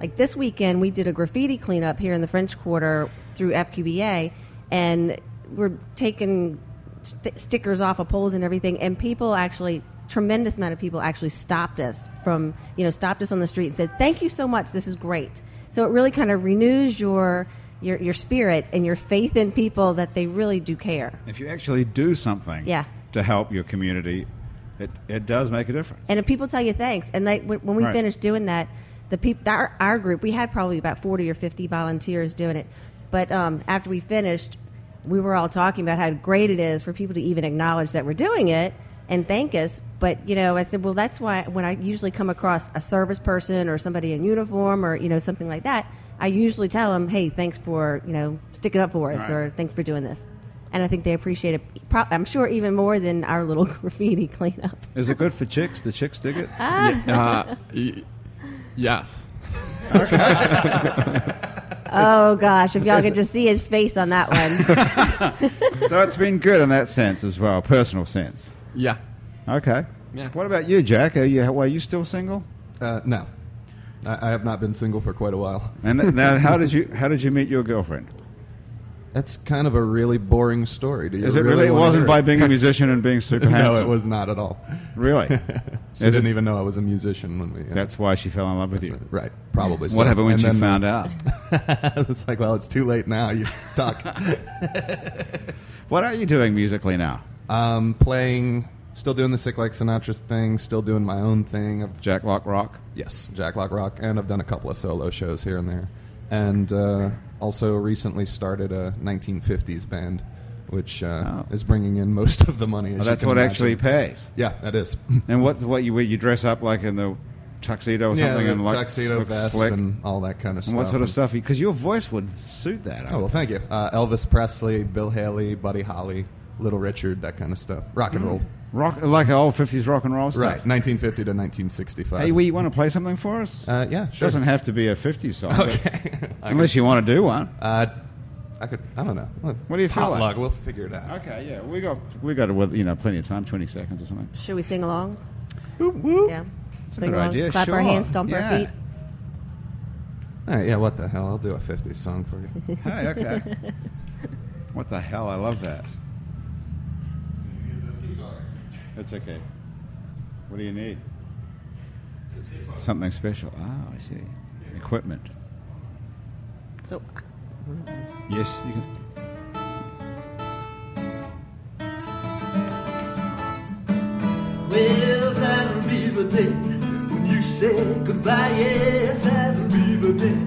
[SPEAKER 3] Like this weekend, we did a graffiti cleanup here in the French Quarter through FQBA, and we're taking st- stickers off of poles and everything, and people actually tremendous amount of people actually stopped us from you know stopped us on the street and said thank you so much this is great so it really kind of renews your your, your spirit and your faith in people that they really do care
[SPEAKER 1] If you actually do something,
[SPEAKER 3] Yeah.
[SPEAKER 1] to help your community, it it does make a difference.
[SPEAKER 3] and if people tell you thanks and they when when we
[SPEAKER 1] Right.
[SPEAKER 3] finished doing that the people our, our group we had probably about 40 or 50 volunteers doing it but um, after we finished we were all talking about how great it is for people to even acknowledge that we're doing it and thank us but you know i said well that's why when i usually come across a service person or somebody in uniform or you know something like that i usually tell them hey thanks for you know sticking up for us
[SPEAKER 1] Right.
[SPEAKER 3] or thanks for doing this and i think they appreciate it pro- i'm sure even more than our little graffiti cleanup
[SPEAKER 1] Is it good for chicks? The chicks dig it.
[SPEAKER 4] uh, y- yes
[SPEAKER 3] Oh gosh, if y'all
[SPEAKER 1] Is
[SPEAKER 3] could
[SPEAKER 1] it-
[SPEAKER 3] just see his face on that one.
[SPEAKER 1] so it's been good in that sense as well, personal sense.
[SPEAKER 4] yeah
[SPEAKER 1] Okay.
[SPEAKER 4] Yeah.
[SPEAKER 1] What about you, Jack? Are you, were you still single?
[SPEAKER 2] Uh, no. I, I have not been single for quite a while.
[SPEAKER 1] And th- now, how did you how did you meet your girlfriend?
[SPEAKER 2] That's kind of a really boring story. Do you
[SPEAKER 1] Is it really? it
[SPEAKER 2] wanna
[SPEAKER 1] wasn't
[SPEAKER 2] hear
[SPEAKER 1] by being a musician and being super
[SPEAKER 2] No,
[SPEAKER 1] handsome.
[SPEAKER 2] it was not at all.
[SPEAKER 1] really.
[SPEAKER 2] She
[SPEAKER 1] Is it-
[SPEAKER 2] didn't even know I was a musician when we. uh,
[SPEAKER 1] That's why she fell in love with you.
[SPEAKER 2] right. Probably.
[SPEAKER 1] What happened when she found out?
[SPEAKER 2] out? I was like, well, it's too late now. You're stuck.
[SPEAKER 1] What are you doing musically now,
[SPEAKER 2] um, playing, still doing the Sick Like Sinatra thing, still doing my own thing. I've,
[SPEAKER 1] Jack Lock Rock?
[SPEAKER 2] yes, Jack Lock Rock, and I've done a couple of solo shows here and there. And uh, also recently started a 1950s band, which uh,
[SPEAKER 1] Oh.
[SPEAKER 2] is bringing in most of the money. as
[SPEAKER 1] Well,
[SPEAKER 2] you
[SPEAKER 1] that's
[SPEAKER 2] can
[SPEAKER 1] what
[SPEAKER 2] imagine.
[SPEAKER 1] actually pays.
[SPEAKER 2] Yeah, that is.
[SPEAKER 1] And what's what you where you dress up like in the tuxedo or
[SPEAKER 2] yeah,
[SPEAKER 1] something
[SPEAKER 2] the
[SPEAKER 1] and like
[SPEAKER 2] tuxedo
[SPEAKER 1] look
[SPEAKER 2] vest
[SPEAKER 1] slick
[SPEAKER 2] and all that kind
[SPEAKER 1] and
[SPEAKER 2] of stuff.
[SPEAKER 1] what sort of
[SPEAKER 2] And-
[SPEAKER 1] stuff? Because your voice would suit that. I
[SPEAKER 2] Oh well,
[SPEAKER 1] would
[SPEAKER 2] thank you. Uh, Elvis Presley, Bill Haley, Buddy Holly, Little Richard, that kind of stuff. Rock and
[SPEAKER 1] Mm.
[SPEAKER 2] roll.
[SPEAKER 1] rock like old fifties rock and roll
[SPEAKER 2] Right,
[SPEAKER 1] stuff.
[SPEAKER 2] 1950 to 1965.
[SPEAKER 1] Hey, we want to play something for us?
[SPEAKER 2] uh, yeah, sure.
[SPEAKER 1] Doesn't have to be a 50s song. but-
[SPEAKER 2] okay. I could,
[SPEAKER 1] Unless you want to do one.
[SPEAKER 2] uh, I could. I don't know.
[SPEAKER 1] What do you feel like?
[SPEAKER 2] Potluck, We'll figure it out.
[SPEAKER 1] Okay, yeah, we got we got you know plenty of time, 20 seconds or something.
[SPEAKER 3] Should we sing along? Yeah.
[SPEAKER 1] It's a
[SPEAKER 3] Sing
[SPEAKER 1] good
[SPEAKER 3] along,
[SPEAKER 1] idea.
[SPEAKER 3] clap
[SPEAKER 1] sure.
[SPEAKER 3] our hands, stomp our
[SPEAKER 1] yeah.
[SPEAKER 3] feet.
[SPEAKER 2] All right, yeah, what the hell? I'll do a 50s song for you.
[SPEAKER 1] Hey, okay. what the hell? I love that. That's okay. What do you need? Something special. Ah, I see. Equipment.
[SPEAKER 3] So
[SPEAKER 1] Yes, you can.
[SPEAKER 6] Well, that'll be the day when you say goodbye. Yes, that'll be the day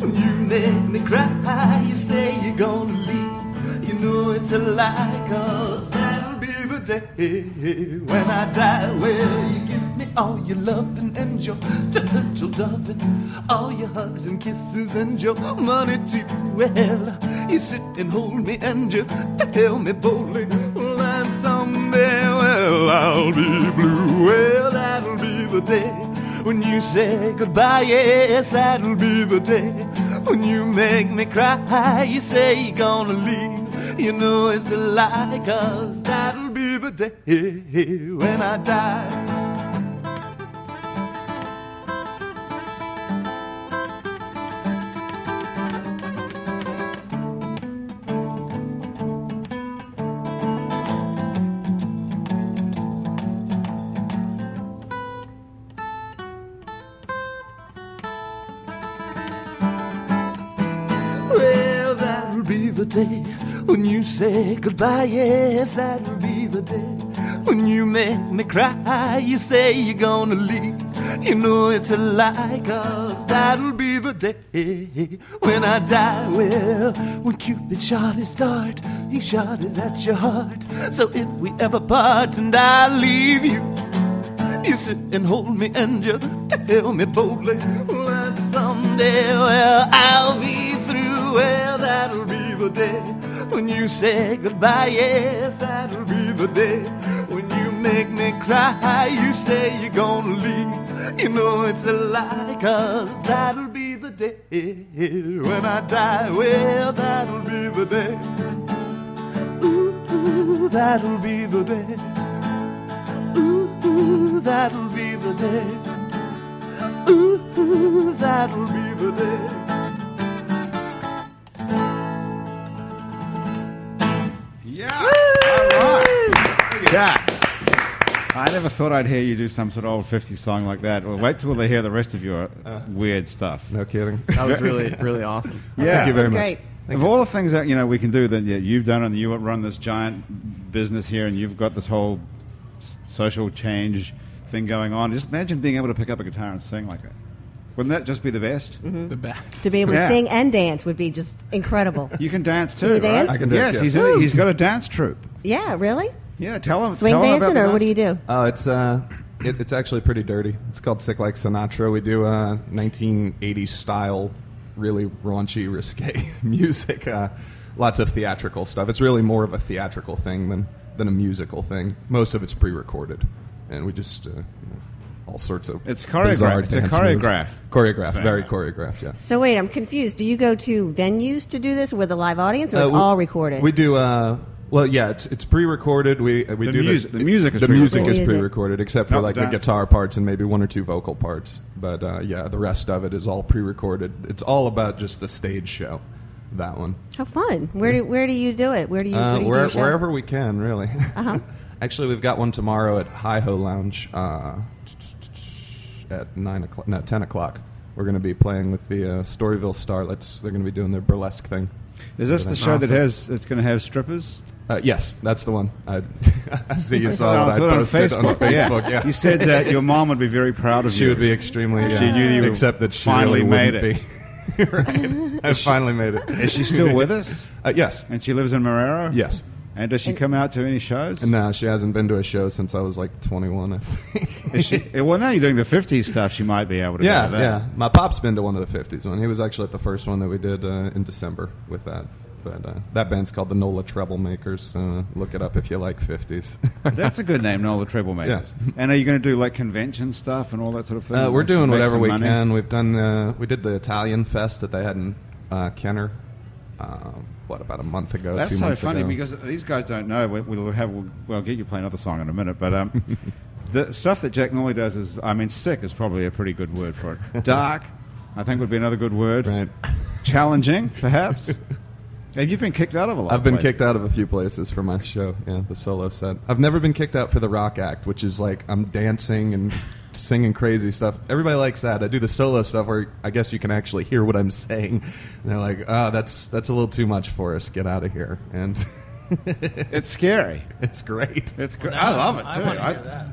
[SPEAKER 6] when you make me cry. You say you're gonna leave. You know it's a lie, cause that'll be the day when I die. Well, you give me all your loving and your gentle loving, all your hugs and kisses and your money too. Well, you sit and hold me and you tell me boldly, well, I'm someday, well, I'll be blue. Well, that'll be the day when you say goodbye. Yes, that'll be the day when you make me cry. You say you're gonna leave. You know it's a lie, cause that'll be the day when I die. Well, that'll be the day when you say goodbye. Yes, that'll be the day when you make me cry. You say you're gonna leave. You know it's a lie, cause that'll be the day when I die. Well, when Cupid shot his dart, he shot it at your heart. So if we ever part and I leave you, you sit and hold me and you tell me boldly that someday, well, I'll be through. Well, that'll be the day when you say goodbye. Yes, that'll be the day when you make me cry. You say you're gonna leave. You know it's a lie, cause that'll be the day when I die. Well, that'll be the day. Ooh, that'll be the day. Ooh, that'll be the day. Ooh, that'll be the day.
[SPEAKER 1] Yeah. All right. Yeah. I never thought I'd hear you do some sort of old 50 song like that. Well, wait till they hear the rest of your weird stuff.
[SPEAKER 2] No kidding.
[SPEAKER 4] That was really, really awesome.
[SPEAKER 1] Yeah.
[SPEAKER 2] Thank you very
[SPEAKER 3] That's
[SPEAKER 2] much.
[SPEAKER 3] great.
[SPEAKER 1] of all the things that you know we can do that yeah, you've done and you run this giant business here and you've got this whole s- social change thing going on just imagine being able to pick up a guitar and sing like that wouldn't that just be the best
[SPEAKER 3] Mm-hmm.
[SPEAKER 4] The best.
[SPEAKER 3] to be able
[SPEAKER 1] Yeah.
[SPEAKER 3] to sing and dance would be just incredible.
[SPEAKER 1] you can dance too
[SPEAKER 3] you
[SPEAKER 1] right?
[SPEAKER 3] dance? I
[SPEAKER 2] can
[SPEAKER 1] yes,
[SPEAKER 2] dance, yes.
[SPEAKER 1] He's, a, he's got a dance troupe
[SPEAKER 3] yeah, really?
[SPEAKER 1] yeah tell him
[SPEAKER 3] Swing
[SPEAKER 1] tell him about
[SPEAKER 3] dancing,
[SPEAKER 1] the
[SPEAKER 3] or
[SPEAKER 1] dance
[SPEAKER 3] what do you do?
[SPEAKER 2] Oh, it's uh, it, it's actually pretty dirty. It's called Sick Like Sinatra. We do uh, 1980s style, really raunchy, risque music. Uh, lots of theatrical stuff. It's really more of a theatrical thing than than a musical thing. Most of it's pre-recorded, and we just. Uh, you know, all sorts of
[SPEAKER 1] It's
[SPEAKER 2] bizarre
[SPEAKER 1] choreographed. It's a
[SPEAKER 2] dance moves.
[SPEAKER 1] choreographed
[SPEAKER 2] choreographed,
[SPEAKER 1] thing.
[SPEAKER 2] very choreographed. Yeah,
[SPEAKER 3] So wait, I'm confused. Do you go to venues to do this with a live audience, or
[SPEAKER 2] Uh,
[SPEAKER 3] it's
[SPEAKER 2] we-
[SPEAKER 3] all recorded?
[SPEAKER 2] We do. Uh, well, yeah, it's it's pre-recorded. We uh, we
[SPEAKER 1] The
[SPEAKER 2] do
[SPEAKER 1] music- the music is
[SPEAKER 2] the music
[SPEAKER 1] pre-recorded.
[SPEAKER 3] The
[SPEAKER 2] is
[SPEAKER 3] music.
[SPEAKER 2] pre-recorded, except for
[SPEAKER 1] Not the
[SPEAKER 2] like the
[SPEAKER 1] dance.
[SPEAKER 2] guitar parts and maybe one or two vocal parts. But uh, yeah, the rest of it is all pre-recorded. It's all about just the stage show. That one.
[SPEAKER 3] How fun! Where do where do you do it? Where do you, where
[SPEAKER 2] Uh,
[SPEAKER 3] do Uh-huh. you
[SPEAKER 2] where,
[SPEAKER 3] do your show?
[SPEAKER 2] wherever we can, really. Actually, we've got one tomorrow at Hi Ho Lounge uh, at nine o'clock. No, ten o'clock. We're going to be playing with the uh, Storyville Starlets. They're going to be doing their burlesque thing.
[SPEAKER 1] is this the show that has it's going to have strippers
[SPEAKER 2] Uh, yes, that's the one. I, I see you saw
[SPEAKER 1] I
[SPEAKER 2] that I
[SPEAKER 1] saw it
[SPEAKER 2] posted on Facebook. Yeah,
[SPEAKER 1] you said that your mom would be very proud of
[SPEAKER 2] she
[SPEAKER 1] you
[SPEAKER 2] would be extremely.
[SPEAKER 1] She
[SPEAKER 2] yeah,
[SPEAKER 1] knew you
[SPEAKER 2] except that she
[SPEAKER 1] finally
[SPEAKER 2] really
[SPEAKER 1] made
[SPEAKER 2] wouldn't Be. right. I finally made it.
[SPEAKER 1] is she still with us
[SPEAKER 2] Uh, yes,
[SPEAKER 1] and she lives in Marrero
[SPEAKER 2] yes.
[SPEAKER 1] and does she come out to any shows
[SPEAKER 2] No, she hasn't been to a show since I was like 21. I think.
[SPEAKER 1] Is she, well, now you're doing the 50s stuff. She might be able to.
[SPEAKER 2] yeah,
[SPEAKER 1] go to that.
[SPEAKER 2] yeah. My pop's been to one of the 50s one. He was actually at the first one that we did uh, in December with that. But uh, that band's called the Nola Troublemakers. Uh, look it up if you like 50s.
[SPEAKER 1] That's a good name, Noel the Treble Makers.
[SPEAKER 2] Yeah.
[SPEAKER 1] And are you going to do like convention stuff and all that sort of thing?
[SPEAKER 2] Uh, we're
[SPEAKER 1] Make some-
[SPEAKER 2] doing
[SPEAKER 1] make
[SPEAKER 2] whatever
[SPEAKER 1] some
[SPEAKER 2] we
[SPEAKER 1] money?
[SPEAKER 2] can. We've done the we did the Italian fest that they had in uh, Kenner. Um, what about a month ago? two
[SPEAKER 1] That's so
[SPEAKER 2] months
[SPEAKER 1] funny
[SPEAKER 2] ago.
[SPEAKER 1] because these guys don't know. We- We'll have we'll, we'll get you playing another song in a minute, but um, the stuff that Jack normally does is, I mean, sick is probably a pretty good word for it. Dark, I think, would be another good word.
[SPEAKER 2] Right.
[SPEAKER 1] Challenging, perhaps. Have you been kicked out of a lot?
[SPEAKER 2] I've been kicked out of a few places for my show. Yeah, the solo set. I've never been kicked out for the rock act, which is like I'm dancing and singing crazy stuff. Everybody likes that. I do the solo stuff where I guess you can actually hear what I'm saying. And they're like, "Oh, that's that's a little too much for us. Get out of here." And
[SPEAKER 1] It's scary.
[SPEAKER 2] it's great.
[SPEAKER 1] It's gr- I love it too.
[SPEAKER 5] I want to
[SPEAKER 1] I-
[SPEAKER 5] hear that.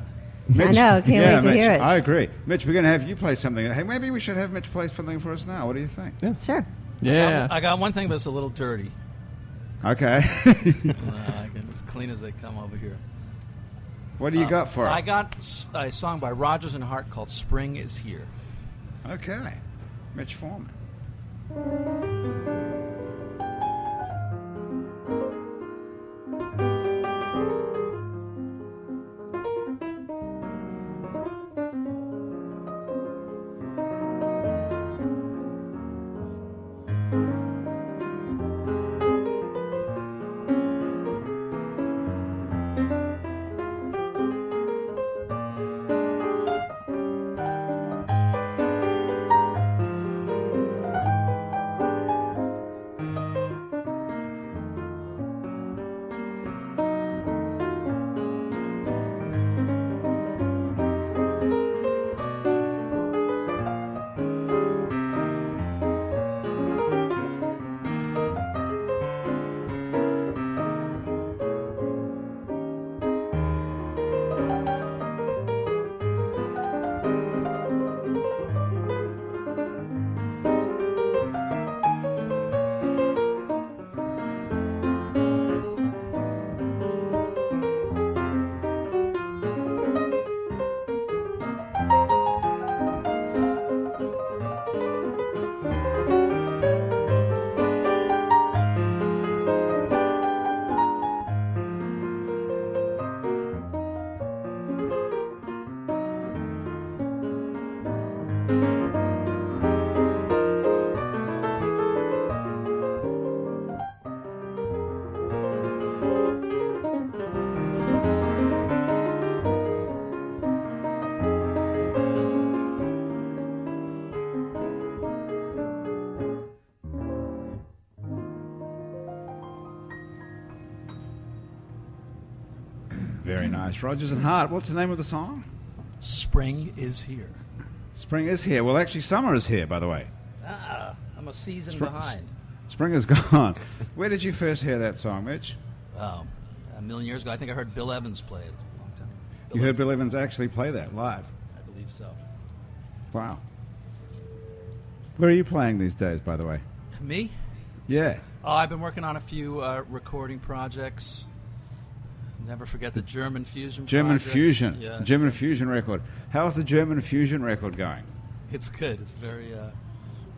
[SPEAKER 1] Mitch-
[SPEAKER 3] know, can't
[SPEAKER 1] yeah,
[SPEAKER 3] wait to
[SPEAKER 1] Mitch,
[SPEAKER 3] hear it.
[SPEAKER 1] I agree, Mitch. We're going to have you play something. Hey, maybe we should have Mitch play something for us now. What do you think?
[SPEAKER 3] Sure.
[SPEAKER 4] Yeah.
[SPEAKER 5] I got one thing, but it's a little dirty.
[SPEAKER 1] Okay.
[SPEAKER 5] Uh, I can- it's clean as they come over here.
[SPEAKER 1] what do you got for us?
[SPEAKER 5] Uh, I got s- a song by Rogers and Hart called "Spring Is Here."
[SPEAKER 1] Okay, Mitch Foreman. Very nice, Rogers and Hart. What's the name of the song?
[SPEAKER 5] Spring is here.
[SPEAKER 1] Spring is here. Well, actually, summer is here. By the way,
[SPEAKER 5] Ah, I'm a season
[SPEAKER 1] Spring-
[SPEAKER 5] behind.
[SPEAKER 1] spring is gone. Where did you first hear that song, Mitch?
[SPEAKER 5] Wow, Um, a million years ago, I think I heard Bill Evans play it. A long time. ago.
[SPEAKER 1] You heard Bill Evans actually play that live.
[SPEAKER 5] I believe so.
[SPEAKER 1] Wow. Where are you playing these days, by the way?
[SPEAKER 5] Me?
[SPEAKER 1] Yeah.
[SPEAKER 5] Oh, I've been working on a few uh, recording projects. Never forget the German fusion.
[SPEAKER 1] German
[SPEAKER 5] project.
[SPEAKER 1] Fusion.
[SPEAKER 5] Yeah,
[SPEAKER 1] German Fusion record. How's the German Fusion record going?
[SPEAKER 5] it's good. It's very. Uh,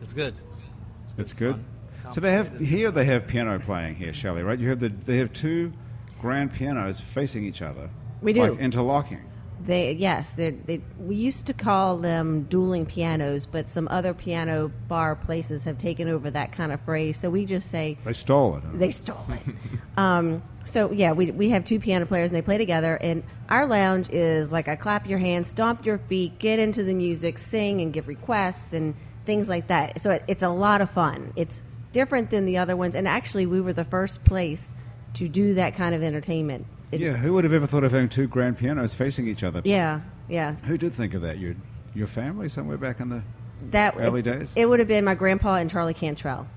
[SPEAKER 5] it's good. It's
[SPEAKER 1] It's good.
[SPEAKER 5] Fun.
[SPEAKER 1] So they have
[SPEAKER 5] Complicated.
[SPEAKER 1] here they have piano playing here, Shelley, right? You have the they have two grand pianos facing each other.
[SPEAKER 3] We do.
[SPEAKER 1] Like interlocking.
[SPEAKER 3] They yes, they they we used to call them dueling pianos, but some other piano bar places have taken over that kind of phrase. So we just say
[SPEAKER 1] They stole it.
[SPEAKER 3] they stole it. um, so yeah, we we have two piano players and they play together. And our lounge is like a clap your hands, stomp your feet, get into the music, sing and give requests and things like that. So it, it's a lot of fun. It's different than the other ones. And actually, we were the first place to do that kind of entertainment. It-
[SPEAKER 1] yeah, who would have ever thought of having two grand pianos facing each other?
[SPEAKER 3] yeah, yeah.
[SPEAKER 1] Who did think of that? Your your family somewhere back in the
[SPEAKER 3] that
[SPEAKER 1] Early
[SPEAKER 3] it,
[SPEAKER 1] days?
[SPEAKER 3] It would have been my grandpa and Charlie Cantrell,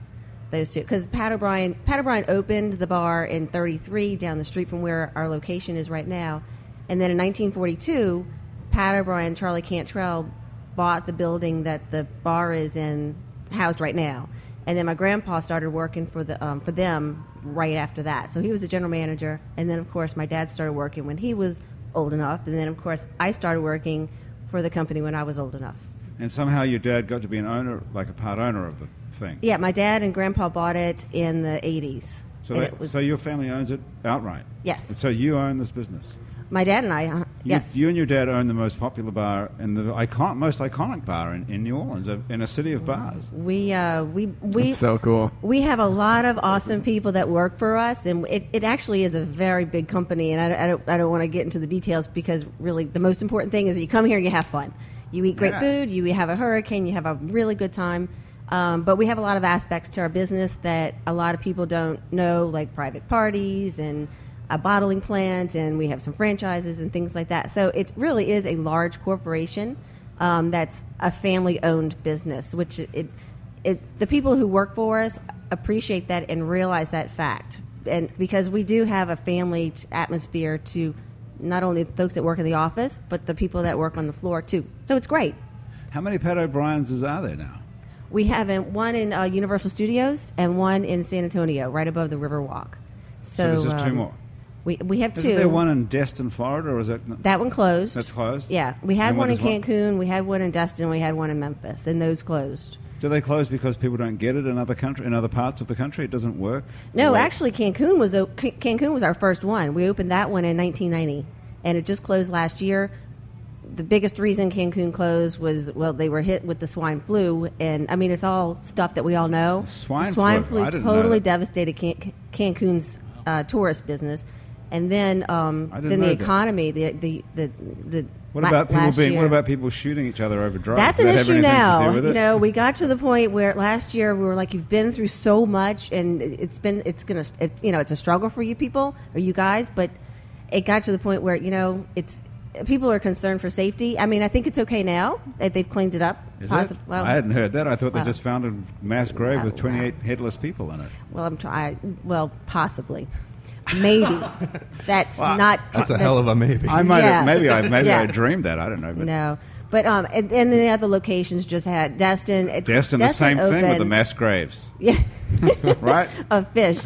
[SPEAKER 3] those two, because Pat O'Brien Pat O'Brien opened the bar in '33 down the street from where our location is right now, and then in 1942, Pat O'Brien Charlie Cantrell bought the building that the bar is in housed right now, and then my grandpa started working for the um, for them right after that. So he was the general manager, and then of course my dad started working when he was old enough, and then of course I started working for the company when I was old enough.
[SPEAKER 1] and somehow your dad got to be an owner like a part owner of the thing.
[SPEAKER 3] Yeah, my dad and grandpa bought it in the 80s.
[SPEAKER 1] So
[SPEAKER 3] And
[SPEAKER 1] that,
[SPEAKER 3] it was-
[SPEAKER 1] so your family owns it outright.
[SPEAKER 3] Yes.
[SPEAKER 1] And so you own this business.
[SPEAKER 3] my dad and I, uh,
[SPEAKER 1] You,
[SPEAKER 3] Yes.
[SPEAKER 1] you and your dad own the most popular bar and the icon, most iconic bar in, in New Orleans, uh, in a city of bars.
[SPEAKER 3] We uh, we we
[SPEAKER 4] It's so cool.
[SPEAKER 3] we have a lot of awesome people that work for us, and it, it actually is a very big company. And I, I don't, I don't want to get into the details because really the most important thing is that you come here and you have fun. You eat great
[SPEAKER 1] Yeah.
[SPEAKER 3] food, you have a hurricane, you have a really good time. Um, but we have a lot of aspects to our business that a lot of people don't know, like private parties and a bottling plant, and we have some franchises and things like that. So it really is a large corporation um, that's a family owned business, which it it, the people who work for us appreciate that and realize that fact. And because we do have a family t- atmosphere to not only the folks that work in the office, but the people that work on the floor too. So it's great.
[SPEAKER 1] How many Pat O'Brien's are there now?
[SPEAKER 3] We have in, one in uh, Universal Studios and one in San Antonio, right above the Riverwalk. So,
[SPEAKER 1] So there's just two
[SPEAKER 3] um,
[SPEAKER 1] more.
[SPEAKER 3] We, we have
[SPEAKER 1] Isn't
[SPEAKER 3] two.
[SPEAKER 1] there one in Destin, Florida, or is that?
[SPEAKER 3] that one closed.
[SPEAKER 1] That's closed?
[SPEAKER 3] Yeah, we had
[SPEAKER 1] And
[SPEAKER 3] one
[SPEAKER 1] what is
[SPEAKER 3] in
[SPEAKER 1] one-
[SPEAKER 3] Cancun, we had one in Destin, we had one in Memphis, and those closed.
[SPEAKER 1] Do they close because people don't get it in other country, in other parts of the country? It doesn't work.
[SPEAKER 3] No,
[SPEAKER 1] Wait.
[SPEAKER 3] actually, Cancun was o- Can- Cancun was our first one. We opened that one in 1990, and it just closed last year. The biggest reason Cancun closed was well, they were hit with the swine flu, and I mean it's all stuff that we all know.
[SPEAKER 1] swine
[SPEAKER 3] The swine
[SPEAKER 1] flu.
[SPEAKER 3] flu,
[SPEAKER 1] I didn't know
[SPEAKER 3] totally
[SPEAKER 1] that.
[SPEAKER 3] devastated Can- Cancun's uh, tourist business, and then um,
[SPEAKER 1] I didn't
[SPEAKER 3] then
[SPEAKER 1] know
[SPEAKER 3] the
[SPEAKER 1] that.
[SPEAKER 3] economy, the the the, the
[SPEAKER 1] What
[SPEAKER 3] la-
[SPEAKER 1] about people
[SPEAKER 3] last
[SPEAKER 1] being? What
[SPEAKER 3] year-
[SPEAKER 1] about people shooting each other over drugs?
[SPEAKER 3] that's
[SPEAKER 1] Does
[SPEAKER 3] an
[SPEAKER 1] that have
[SPEAKER 3] issue
[SPEAKER 1] anything to
[SPEAKER 3] now.
[SPEAKER 1] do with it?
[SPEAKER 3] You know, we got to the point where last year we were like, "You've been through so much, and it- it's been, it's gonna, it, you know, it's a struggle for you people or you guys." But it got to the point where you know, it's people are concerned for safety. I mean, I think it's okay now that they've cleaned it up.
[SPEAKER 1] Is
[SPEAKER 3] Possi-
[SPEAKER 1] it?
[SPEAKER 3] Well,
[SPEAKER 1] I hadn't heard that. I thought
[SPEAKER 3] well.
[SPEAKER 1] they just found a mass grave with
[SPEAKER 3] Wow.
[SPEAKER 1] 28 headless people in it.
[SPEAKER 3] well, I'm trying. Well, possibly, maybe that's not.
[SPEAKER 2] That's a hell of a maybe.
[SPEAKER 1] I might have,
[SPEAKER 3] Yeah.
[SPEAKER 1] maybe I maybe I
[SPEAKER 3] Yeah.
[SPEAKER 1] dreamed that. I don't know. But
[SPEAKER 3] no. But um, and, and then the other locations just had Destin. it-
[SPEAKER 1] Destin, the same thing with the
[SPEAKER 3] opened-
[SPEAKER 1] mass graves,
[SPEAKER 3] Yeah,
[SPEAKER 1] right?
[SPEAKER 3] of fish.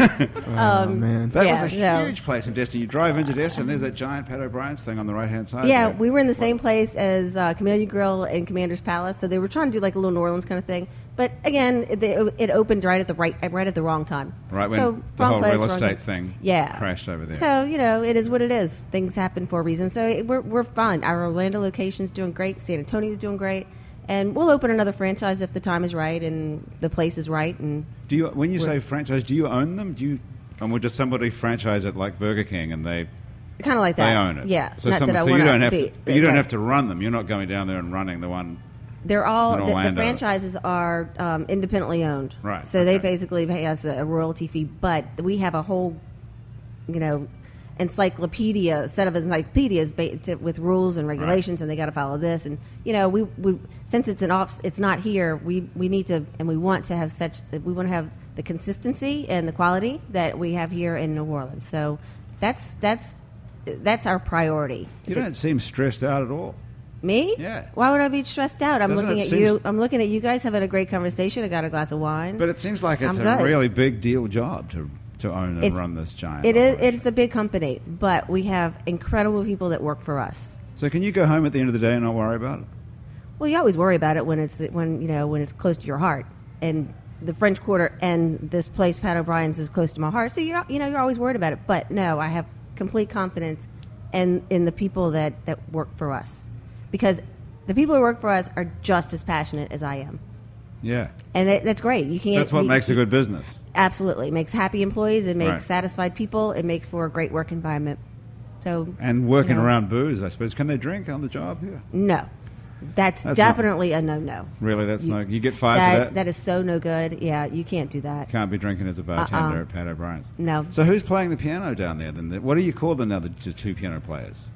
[SPEAKER 4] oh man.
[SPEAKER 1] That was a
[SPEAKER 3] Yeah, no.
[SPEAKER 1] huge place in Destin. You drive into Destin, there's that giant Pat O'Brien's thing on the right hand side.
[SPEAKER 3] Yeah,
[SPEAKER 1] there.
[SPEAKER 3] we were in the same place as uh, Community Grill and Commander's Palace, so they were trying to do like a little New Orleans kind of thing. But again, it, they- it opened right at the right right at the wrong time.
[SPEAKER 1] Right when
[SPEAKER 3] so,
[SPEAKER 1] the
[SPEAKER 3] wrong
[SPEAKER 1] whole
[SPEAKER 3] place,
[SPEAKER 1] real
[SPEAKER 3] wrong
[SPEAKER 1] estate
[SPEAKER 3] time.
[SPEAKER 1] thing
[SPEAKER 3] yeah
[SPEAKER 1] crashed over there.
[SPEAKER 3] So you know, it is what it is. Things happen for a reason. So it, we're we're fine. Our Orlando location's doing great. San Antonio's doing great, and we'll open another franchise if the time is right and the place is right. And
[SPEAKER 1] do you when you say franchise, do you own them? Do you and would just somebody franchise it like Burger King and they
[SPEAKER 3] kind of like
[SPEAKER 1] they
[SPEAKER 3] that.
[SPEAKER 1] own it?
[SPEAKER 3] Yeah.
[SPEAKER 1] So,
[SPEAKER 3] not
[SPEAKER 1] some-
[SPEAKER 3] that I
[SPEAKER 1] so you
[SPEAKER 3] wanna
[SPEAKER 1] don't have
[SPEAKER 3] be-
[SPEAKER 1] to you don't
[SPEAKER 3] right.
[SPEAKER 1] have to run them. You're not going down there and running the one
[SPEAKER 3] They're all
[SPEAKER 1] In
[SPEAKER 3] the, the
[SPEAKER 1] Orlando.
[SPEAKER 3] franchises are um, independently owned,
[SPEAKER 1] Right,
[SPEAKER 3] So they
[SPEAKER 1] okay.
[SPEAKER 3] basically pay us a, a royalty fee, but we have a whole, you know, encyclopedia set of encyclopedias ba- to, with rules and regulations, and they got to follow this, and you know, we, we since it's an off, it's not here. We we need to and we want to have such we want to have the consistency and the quality that we have here in New Orleans. So that's that's that's our priority.
[SPEAKER 1] You don't seem stressed out at all.
[SPEAKER 3] Me?
[SPEAKER 1] Yeah.
[SPEAKER 3] Why would I be stressed out? I'm
[SPEAKER 1] Doesn't
[SPEAKER 3] looking
[SPEAKER 1] it
[SPEAKER 3] at
[SPEAKER 1] seem-
[SPEAKER 3] you. I'm looking at you guys having a great conversation. I got a glass of wine.
[SPEAKER 1] But it seems like it's
[SPEAKER 3] I'm
[SPEAKER 1] a
[SPEAKER 3] good.
[SPEAKER 1] really big deal job to to own and
[SPEAKER 3] It's-
[SPEAKER 1] run this giant.
[SPEAKER 3] it is.
[SPEAKER 1] operation.
[SPEAKER 3] It's a big company, but we have incredible people that work for us.
[SPEAKER 1] So can you go home at the end of the day and not worry about it?
[SPEAKER 3] Well, you always worry about it when it's when you know when it's close to your heart, and the French Quarter and this place, Pat O'Brien's, is close to my heart. So you you know you're always worried about it. But no, I have complete confidence in in the people that that work for us, because the people who work for us are just as passionate as I am,
[SPEAKER 1] Yeah,
[SPEAKER 3] and that, that's great. You can't.
[SPEAKER 1] that's what
[SPEAKER 3] you-
[SPEAKER 1] makes a good business.
[SPEAKER 3] Absolutely. It makes happy employees, it makes
[SPEAKER 1] Right.
[SPEAKER 3] satisfied people, it makes for a great work environment. So
[SPEAKER 1] And working
[SPEAKER 3] Yeah.
[SPEAKER 1] around booze, I suppose. Can they drink on the job here?
[SPEAKER 3] no. That's,
[SPEAKER 1] That's
[SPEAKER 3] definitely a no no.
[SPEAKER 1] Really, that's no. You get fired for
[SPEAKER 3] That,
[SPEAKER 1] that.
[SPEAKER 3] that is so no good. Yeah, you can't do that.
[SPEAKER 1] Can't be drinking as a
[SPEAKER 3] Uh-uh.
[SPEAKER 1] bartender at Pat O'Brien's.
[SPEAKER 3] No.
[SPEAKER 1] So who's playing the piano down there? Then what do you call them now? The, the two piano players.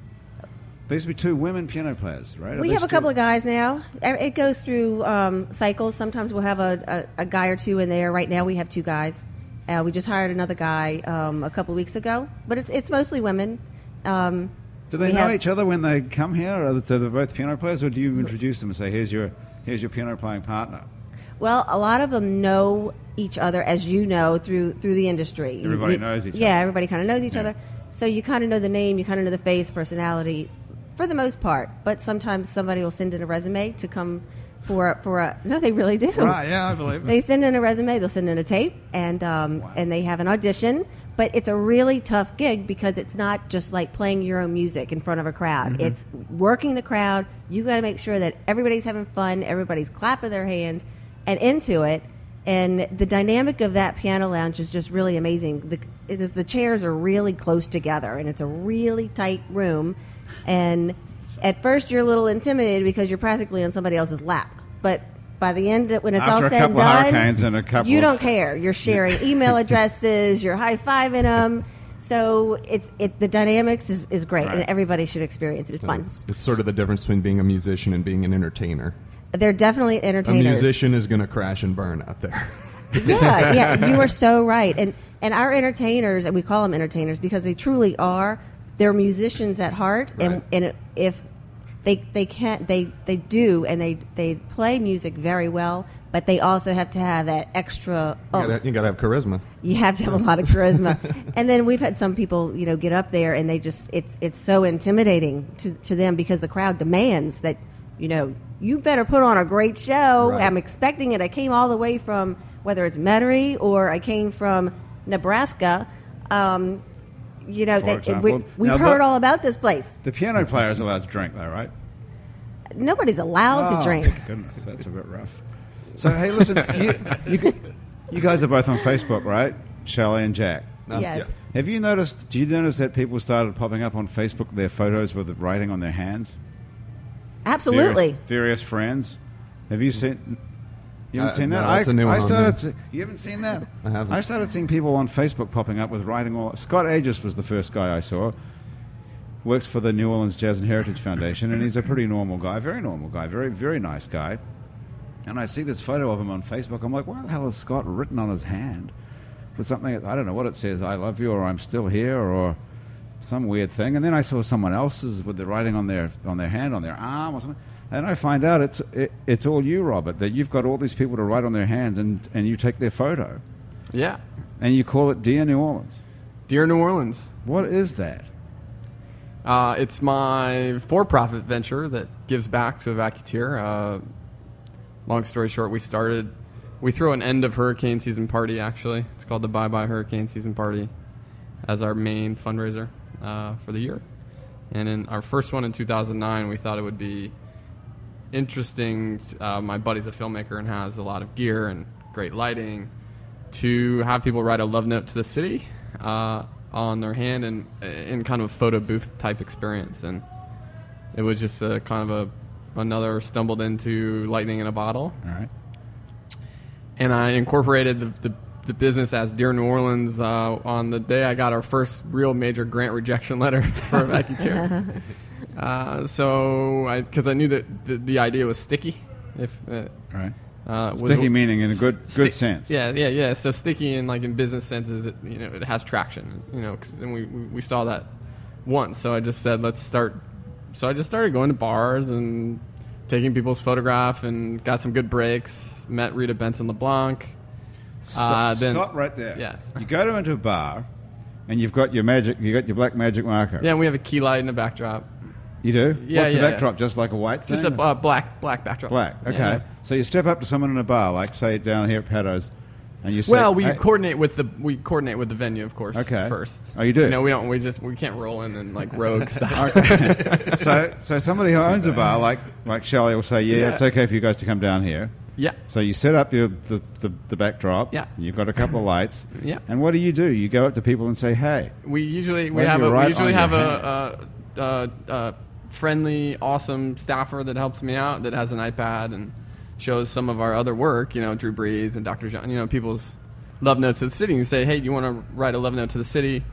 [SPEAKER 1] There used to be two women piano players, right? Are
[SPEAKER 3] we
[SPEAKER 1] they
[SPEAKER 3] have a
[SPEAKER 1] still-
[SPEAKER 3] couple of guys now. Uh, It goes through um, cycles. Sometimes we'll have a, a, a guy or two in there. Right now we have two guys. Uh, we just hired another guy um, a couple weeks ago, but it's, it's mostly women. Um,
[SPEAKER 1] Do they
[SPEAKER 3] we
[SPEAKER 1] know
[SPEAKER 3] have-
[SPEAKER 1] each other when they come here? Are they, so they're both piano players, or do you introduce them and say, "Here's your here's your piano playing partner"?
[SPEAKER 3] Well, a lot of them know each other, as you know, through through the industry.
[SPEAKER 1] Everybody
[SPEAKER 3] You-
[SPEAKER 1] knows each
[SPEAKER 3] yeah,
[SPEAKER 1] other.
[SPEAKER 3] everybody kind of knows each
[SPEAKER 1] Yeah.
[SPEAKER 3] other. So you kind of know the name, you kind of know the face, personality, for the most part. But sometimes somebody will send in a resume to come for a- for a. No, they really do.
[SPEAKER 1] Right? Ah, Yeah, I believe it.
[SPEAKER 3] They send in a resume, they'll send in a tape, and um,
[SPEAKER 1] Wow.
[SPEAKER 3] and they have an audition. But it's a really tough gig because it's not just like playing your own music in front of a crowd. It's working the crowd. You got to make sure that everybody's having fun, everybody's clapping their hands and into it. And the dynamic of that piano lounge is just really amazing. The, it is, the chairs are really close together, and it's a really tight room. And at first, you're a little intimidated because you're practically on somebody else's lap. But by the end, when it's
[SPEAKER 1] After
[SPEAKER 3] all
[SPEAKER 1] a
[SPEAKER 3] said and
[SPEAKER 1] couple of
[SPEAKER 3] done,
[SPEAKER 1] hurricanes and a couple
[SPEAKER 3] you
[SPEAKER 1] of-
[SPEAKER 3] don't care. You're sharing email addresses. You're high fiving them. So it's it the dynamics is, is great, and
[SPEAKER 1] Right.
[SPEAKER 3] everybody should experience it. It's fun.
[SPEAKER 2] It's, it's sort of the difference between being a musician and being an entertainer.
[SPEAKER 3] They're definitely
[SPEAKER 2] A
[SPEAKER 3] entertainers.
[SPEAKER 2] musician is going to crash and burn out there.
[SPEAKER 3] yeah, yeah, you are so right. And and our entertainers, and we call them entertainers because they truly are. They're musicians at heart,
[SPEAKER 2] Right.
[SPEAKER 3] and and if they they can't they they do and they they play music very well, but they also have to have that extra. oh,
[SPEAKER 2] You
[SPEAKER 3] oomph.
[SPEAKER 4] Oh.
[SPEAKER 2] gotta- you got to have charisma.
[SPEAKER 3] You have to have a lot of charisma. and then we've had some people, you know, get up there and they just it's it's so intimidating to, to them because the crowd demands that, you know, you better put on a great show.
[SPEAKER 2] Right.
[SPEAKER 3] I'm expecting it. I came all the way from whether it's Metairie or I came from Nebraska. Um, you know,
[SPEAKER 1] For
[SPEAKER 3] they,
[SPEAKER 1] example.
[SPEAKER 3] we, we've
[SPEAKER 1] Now, the-
[SPEAKER 3] heard all about this place.
[SPEAKER 1] The piano player is allowed to drink, though, right?
[SPEAKER 3] Nobody's allowed
[SPEAKER 1] Oh,
[SPEAKER 3] to drink.
[SPEAKER 1] Goodness, that's a bit rough. So hey, listen, you, you, g- you guys are both on Facebook, right? Shelley and Jack.
[SPEAKER 2] No,
[SPEAKER 3] yes.
[SPEAKER 2] yeah.
[SPEAKER 1] Have you noticed? Do you notice that people started popping up on Facebook their photos with the writing on their hands?
[SPEAKER 3] Absolutely.
[SPEAKER 1] Various, various friends. Have you seen? You haven't
[SPEAKER 2] Uh,
[SPEAKER 1] seen that?
[SPEAKER 2] no, that's a new
[SPEAKER 1] I
[SPEAKER 2] one on
[SPEAKER 1] started. se- you haven't seen that?
[SPEAKER 2] I haven't.
[SPEAKER 1] I started seeing people on Facebook popping up with writing all. Scott Aegis was the first guy I saw. Works for the New Orleans Jazz and Heritage Foundation, and he's a pretty normal guy, very normal guy, very very nice guy. And I see this photo of him on Facebook. I'm like, why the hell is Scott written on his hand with something? I don't know what it says. I love you, or I'm still here, or some weird thing. And then I saw someone else's with the writing on their on their hand, on their arm, or something. And I find out it's it, it's all you, Robert. That you've got all these people to write on their hands, and and you take their photo,
[SPEAKER 4] Yeah.
[SPEAKER 1] and you call it "Dear New Orleans."
[SPEAKER 4] Dear New Orleans.
[SPEAKER 1] What is that?
[SPEAKER 4] Uh, it's my for-profit venture that gives back to Evacuteer. Uh, long story short, we started. We threw an end of hurricane season party. Actually, it's called the Bye Bye Hurricane Season Party, as our main fundraiser uh, for the year. And in our first one in 2009, we thought it would be interesting. Uh, my buddy's a filmmaker and has a lot of gear and great lighting. To have people write a love note to the city uh, on their hand and uh, in kind of a photo booth type experience, and it was just a kind of a another stumbled into lightning in a bottle
[SPEAKER 1] All right.
[SPEAKER 4] and I incorporated the, the, the business as Dear New Orleans uh, on the day I got our first real major grant rejection letter for Evacuteer. uh, so, because I, knew that the, the idea was sticky, if uh,
[SPEAKER 1] All right.
[SPEAKER 4] uh, was-
[SPEAKER 1] Sticky meaning in a good
[SPEAKER 4] Sti-
[SPEAKER 1] good sense.
[SPEAKER 4] Yeah, yeah, yeah. So sticky in like in business sense is it, you know it has traction. You know, 'cause- and we we we saw that once. So I just said let's start. So I just started going to bars and taking people's photograph and got some good breaks. Met Rita Benson LeBlanc.
[SPEAKER 1] Stop,
[SPEAKER 4] Uh, then-
[SPEAKER 1] stop right there.
[SPEAKER 4] yeah.
[SPEAKER 1] You go to into a bar, and you've got your magic. You got your black magic marker.
[SPEAKER 4] Yeah, and we have a key light and a backdrop.
[SPEAKER 1] You do.
[SPEAKER 4] Yeah,
[SPEAKER 1] What's the
[SPEAKER 4] yeah,
[SPEAKER 1] backdrop? Just like a white thing.
[SPEAKER 4] Just a uh, black black backdrop.
[SPEAKER 1] black. Okay.
[SPEAKER 4] Yeah.
[SPEAKER 1] So you step up to someone in a bar, like say down here at Pato's, and you say,
[SPEAKER 4] Well, we
[SPEAKER 1] "Hey,"
[SPEAKER 4] coordinate with the we coordinate with the venue, of course.
[SPEAKER 1] Okay.
[SPEAKER 4] First.
[SPEAKER 1] Oh, you do?
[SPEAKER 4] You know, we don't. We just we can't roll in and like rogue stuff.
[SPEAKER 1] so so somebody who owns a bar, like like Shelley, will say, yeah, it's okay for you guys to come down here.
[SPEAKER 4] yeah.
[SPEAKER 1] So you set up your the, the, the backdrop.
[SPEAKER 4] Yeah.
[SPEAKER 1] You've got a couple of lights.
[SPEAKER 4] Yeah.
[SPEAKER 1] And what do you do? You go up to people and say, hey.
[SPEAKER 4] We usually we
[SPEAKER 1] Well,
[SPEAKER 4] have
[SPEAKER 1] you're
[SPEAKER 4] a,
[SPEAKER 1] right
[SPEAKER 4] we usually
[SPEAKER 1] on
[SPEAKER 4] have
[SPEAKER 1] your
[SPEAKER 4] a, a, a, a friendly, awesome staffer that helps me out that has an iPad and shows some of our other work. You know, Drew Brees and Dr. John. You know, people's love notes to the city. You say, hey, do you want to write a love note to the city?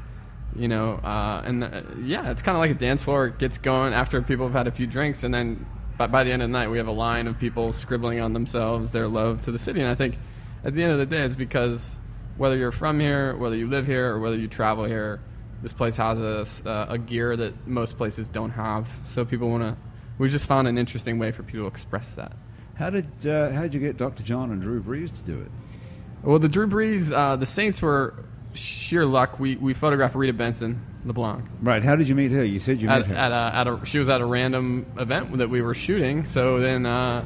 [SPEAKER 4] You know, uh, and uh, yeah, it's kind of like a dance floor. It gets going after people have had a few drinks, and then by, by the end of the night, we have a line of people scribbling on themselves their love to the city. And I think at the end of the day, it's because whether you're from here, whether you live here, or whether you travel here, this place has a, s- uh, a gear that most places don't have. So people want to. We just found an interesting way for people to express that.
[SPEAKER 1] How did uh, how did you get Dr. John and Drew Brees to do it?
[SPEAKER 4] Well, the Drew Brees, uh, the Saints were sheer luck. We we photographed Rita Benson LeBlanc
[SPEAKER 1] Right. How did you meet her? You said you met
[SPEAKER 4] at
[SPEAKER 1] her.
[SPEAKER 4] at a, at a she was at a random event that we were shooting. So then. Uh,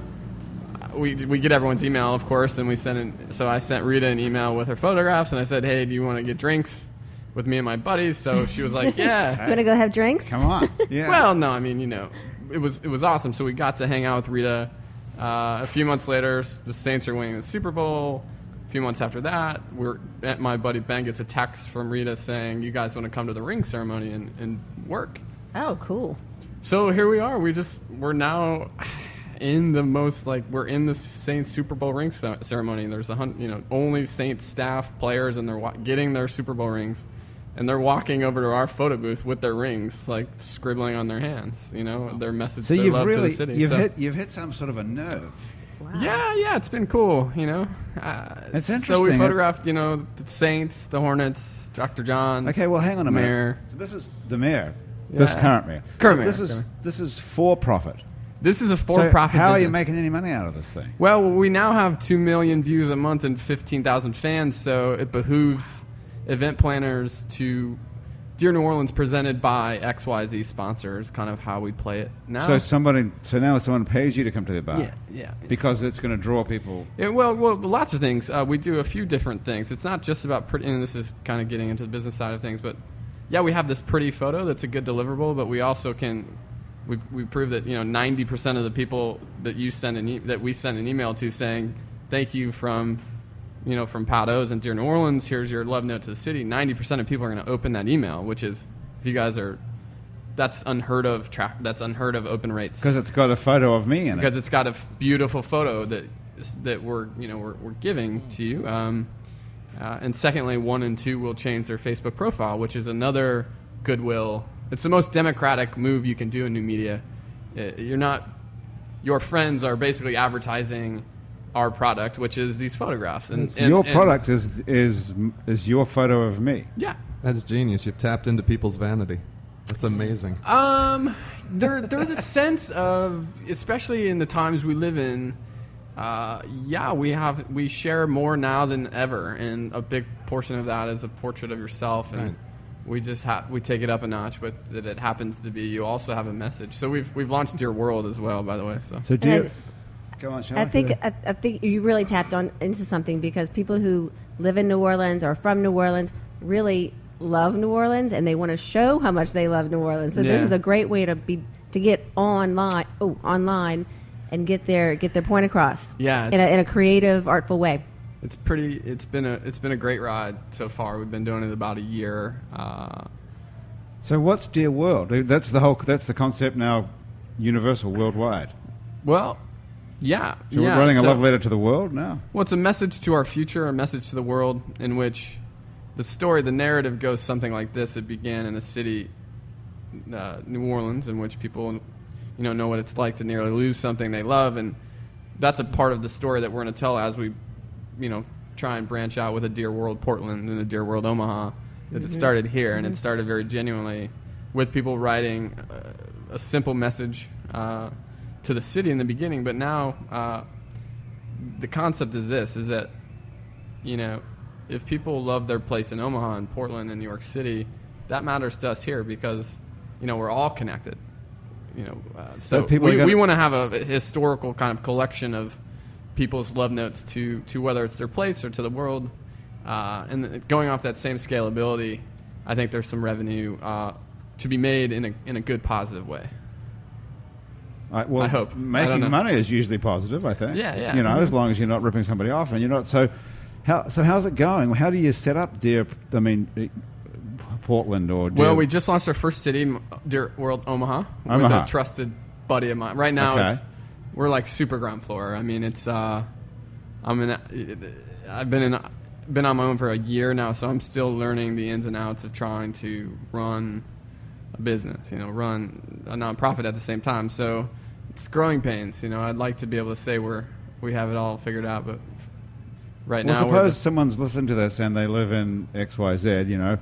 [SPEAKER 4] we, we get everyone's email, of course, and we sent it. So I sent Rita an email with her photographs, and I said, "Hey, do you want to get drinks?" with me and my buddies. So she was like, "Yeah."
[SPEAKER 3] You want to go have drinks?
[SPEAKER 1] Come on. Yeah.
[SPEAKER 4] Well, no, I mean, you know, it was it was awesome. So we got to hang out with Rita. Uh, a few months later, s- the Saints are winning the Super Bowl. A few months after that, we're eh, my buddy Ben gets a text from Rita saying, "You guys want to come to the ring ceremony and, and work?"
[SPEAKER 3] Oh, cool.
[SPEAKER 4] So here we are. We just we're now in the most like we're in the Saints Super Bowl ring ce- ceremony. And there's a hundred, you know, only Saints staff players, and they're wa- getting their Super Bowl rings, and they're walking over to our photo booth with their rings, like scribbling on their hands, you know, their message.
[SPEAKER 1] so
[SPEAKER 4] their
[SPEAKER 1] you've
[SPEAKER 4] love to
[SPEAKER 1] really
[SPEAKER 4] the city.
[SPEAKER 1] you've
[SPEAKER 4] So-
[SPEAKER 1] hit you've hit some sort of a nerve.
[SPEAKER 3] Wow.
[SPEAKER 4] yeah, yeah, it's been cool, you know. Uh,
[SPEAKER 1] That's
[SPEAKER 4] So we
[SPEAKER 1] interesting.
[SPEAKER 4] photographed, you know, the Saints, the Hornets, Dr. John.
[SPEAKER 1] Okay, well, hang on a minute.
[SPEAKER 4] Mayor.
[SPEAKER 1] So this is the mayor. This
[SPEAKER 4] Yeah.
[SPEAKER 1] current mayor. So
[SPEAKER 4] Current mayor,
[SPEAKER 1] This is
[SPEAKER 4] current
[SPEAKER 1] this is for profit.
[SPEAKER 4] This is a for-profit.
[SPEAKER 1] So how are you
[SPEAKER 4] business.
[SPEAKER 1] making any money out of this thing?
[SPEAKER 4] Well, we now have 2 million views a month and 15,000 fans, so it behooves event planners to Dear New Orleans presented by XYZ sponsors, kind of how we play it now.
[SPEAKER 1] So somebody, so now someone pays you to come to the bar.
[SPEAKER 4] Yeah, yeah.
[SPEAKER 1] Because it's going to draw people.
[SPEAKER 4] Yeah, well, well, lots of things. Uh, we do a few different things. It's not just about pretty, and this is kind of getting into the business side of things, but yeah, we have this pretty photo that's a good deliverable, but we also can, we, we prove that, you know, 90% of the people that you send an, e- that we send an email to saying, thank you from, you know, from Pados and Dear New Orleans, here's your love note to the city. 90% of people are going to open that email, which is, if you guys are, that's unheard of track, that's unheard of open rates
[SPEAKER 1] Because it's got a photo of me in
[SPEAKER 4] because
[SPEAKER 1] it.
[SPEAKER 4] it's got a f- beautiful photo that that we're you know we're, we're giving
[SPEAKER 1] Mm.
[SPEAKER 4] to you. Um, uh, and secondly, one and two will change their Facebook profile, which is another goodwill. It's the most democratic move you can do in new media. Uh, You're not your friends are basically advertising our product, which is these photographs. And, and-
[SPEAKER 1] your
[SPEAKER 4] and-
[SPEAKER 1] product is is is your photo of me.
[SPEAKER 4] yeah.
[SPEAKER 2] That's genius. You've tapped into people's vanity. That's amazing.
[SPEAKER 4] Um, there there's a sense of, especially in the times we live in, uh, yeah, we have we share more now than ever, and a big portion of that is a portrait of yourself, and
[SPEAKER 2] Right.
[SPEAKER 4] we just ha- we take it up a notch with that. It happens to be you also have a message. So we've we've launched Dear World as well, by the way. So
[SPEAKER 1] So do
[SPEAKER 3] And
[SPEAKER 1] you? Go on, shall
[SPEAKER 4] Oh,
[SPEAKER 3] I think I, I think you really tapped on into something because people who live in New Orleans or from New Orleans really love New Orleans and they want to show how much they love New Orleans. So this
[SPEAKER 4] Yeah.
[SPEAKER 3] is a great way to be to get online oh online and get their get their point across.
[SPEAKER 4] Yeah,
[SPEAKER 3] in a,
[SPEAKER 4] it's-
[SPEAKER 3] in a creative, artful way.
[SPEAKER 4] it's pretty. It's been a it's been a great ride so far. We've been doing it about a year. Uh,
[SPEAKER 1] So what's Dear World? That's the whole. That's the concept now, universal, worldwide.
[SPEAKER 4] well, yeah,
[SPEAKER 1] So
[SPEAKER 4] yeah,
[SPEAKER 1] we're writing a
[SPEAKER 4] so-
[SPEAKER 1] love letter to the world now.
[SPEAKER 4] Well, it's a message to our future, a message to the world in which the story, the narrative goes something like this. It began in a city, uh, New Orleans, in which people, you know, know what it's like to nearly lose something they love, and that's a part of the story that we're going to tell as we, you know, try and branch out with a Dear World Portland and a Dear World Omaha. That it started here, and it started very genuinely with people writing uh, a simple message uh, to the city in the beginning, but now. Uh, the concept is this is that you know if people love their place in omaha and portland and new york city that matters to us here because you know we're all connected you know uh, so
[SPEAKER 1] But people
[SPEAKER 4] we,
[SPEAKER 1] are gonna-
[SPEAKER 4] we want to have a historical kind of collection of people's love notes to to whether it's their place or to the world uh, and th- going off that same scalability i think there's some revenue uh, to be made in a, in a good positive way
[SPEAKER 1] I, well,
[SPEAKER 4] I hope. I don't
[SPEAKER 1] making
[SPEAKER 4] know.
[SPEAKER 1] money is usually positive. I think.
[SPEAKER 4] Yeah, yeah. Mm-hmm.
[SPEAKER 1] You know, as long as you're not ripping somebody off, and you're not so. How so? How's it going? How do you set up Dear? I mean, eh, Portland or Dear,
[SPEAKER 4] Well, we just launched our first city, M- Dear World Omaha,
[SPEAKER 1] Omaha.
[SPEAKER 4] with a trusted buddy of mine. Right now,
[SPEAKER 1] Okay.
[SPEAKER 4] it's, we're like super ground floor. I mean, it's uh, I'm in, I've been in, been on my own for a year now, so I'm still learning the ins and outs of trying to run a business, you know, run a nonprofit at the same time. So it's growing pains. You know, I'd like to be able to say we're we have it all figured out, but right
[SPEAKER 1] Well,
[SPEAKER 4] now we're
[SPEAKER 1] suppose
[SPEAKER 4] just-
[SPEAKER 1] someone's listened to this and they live in X, Y, Z. You know,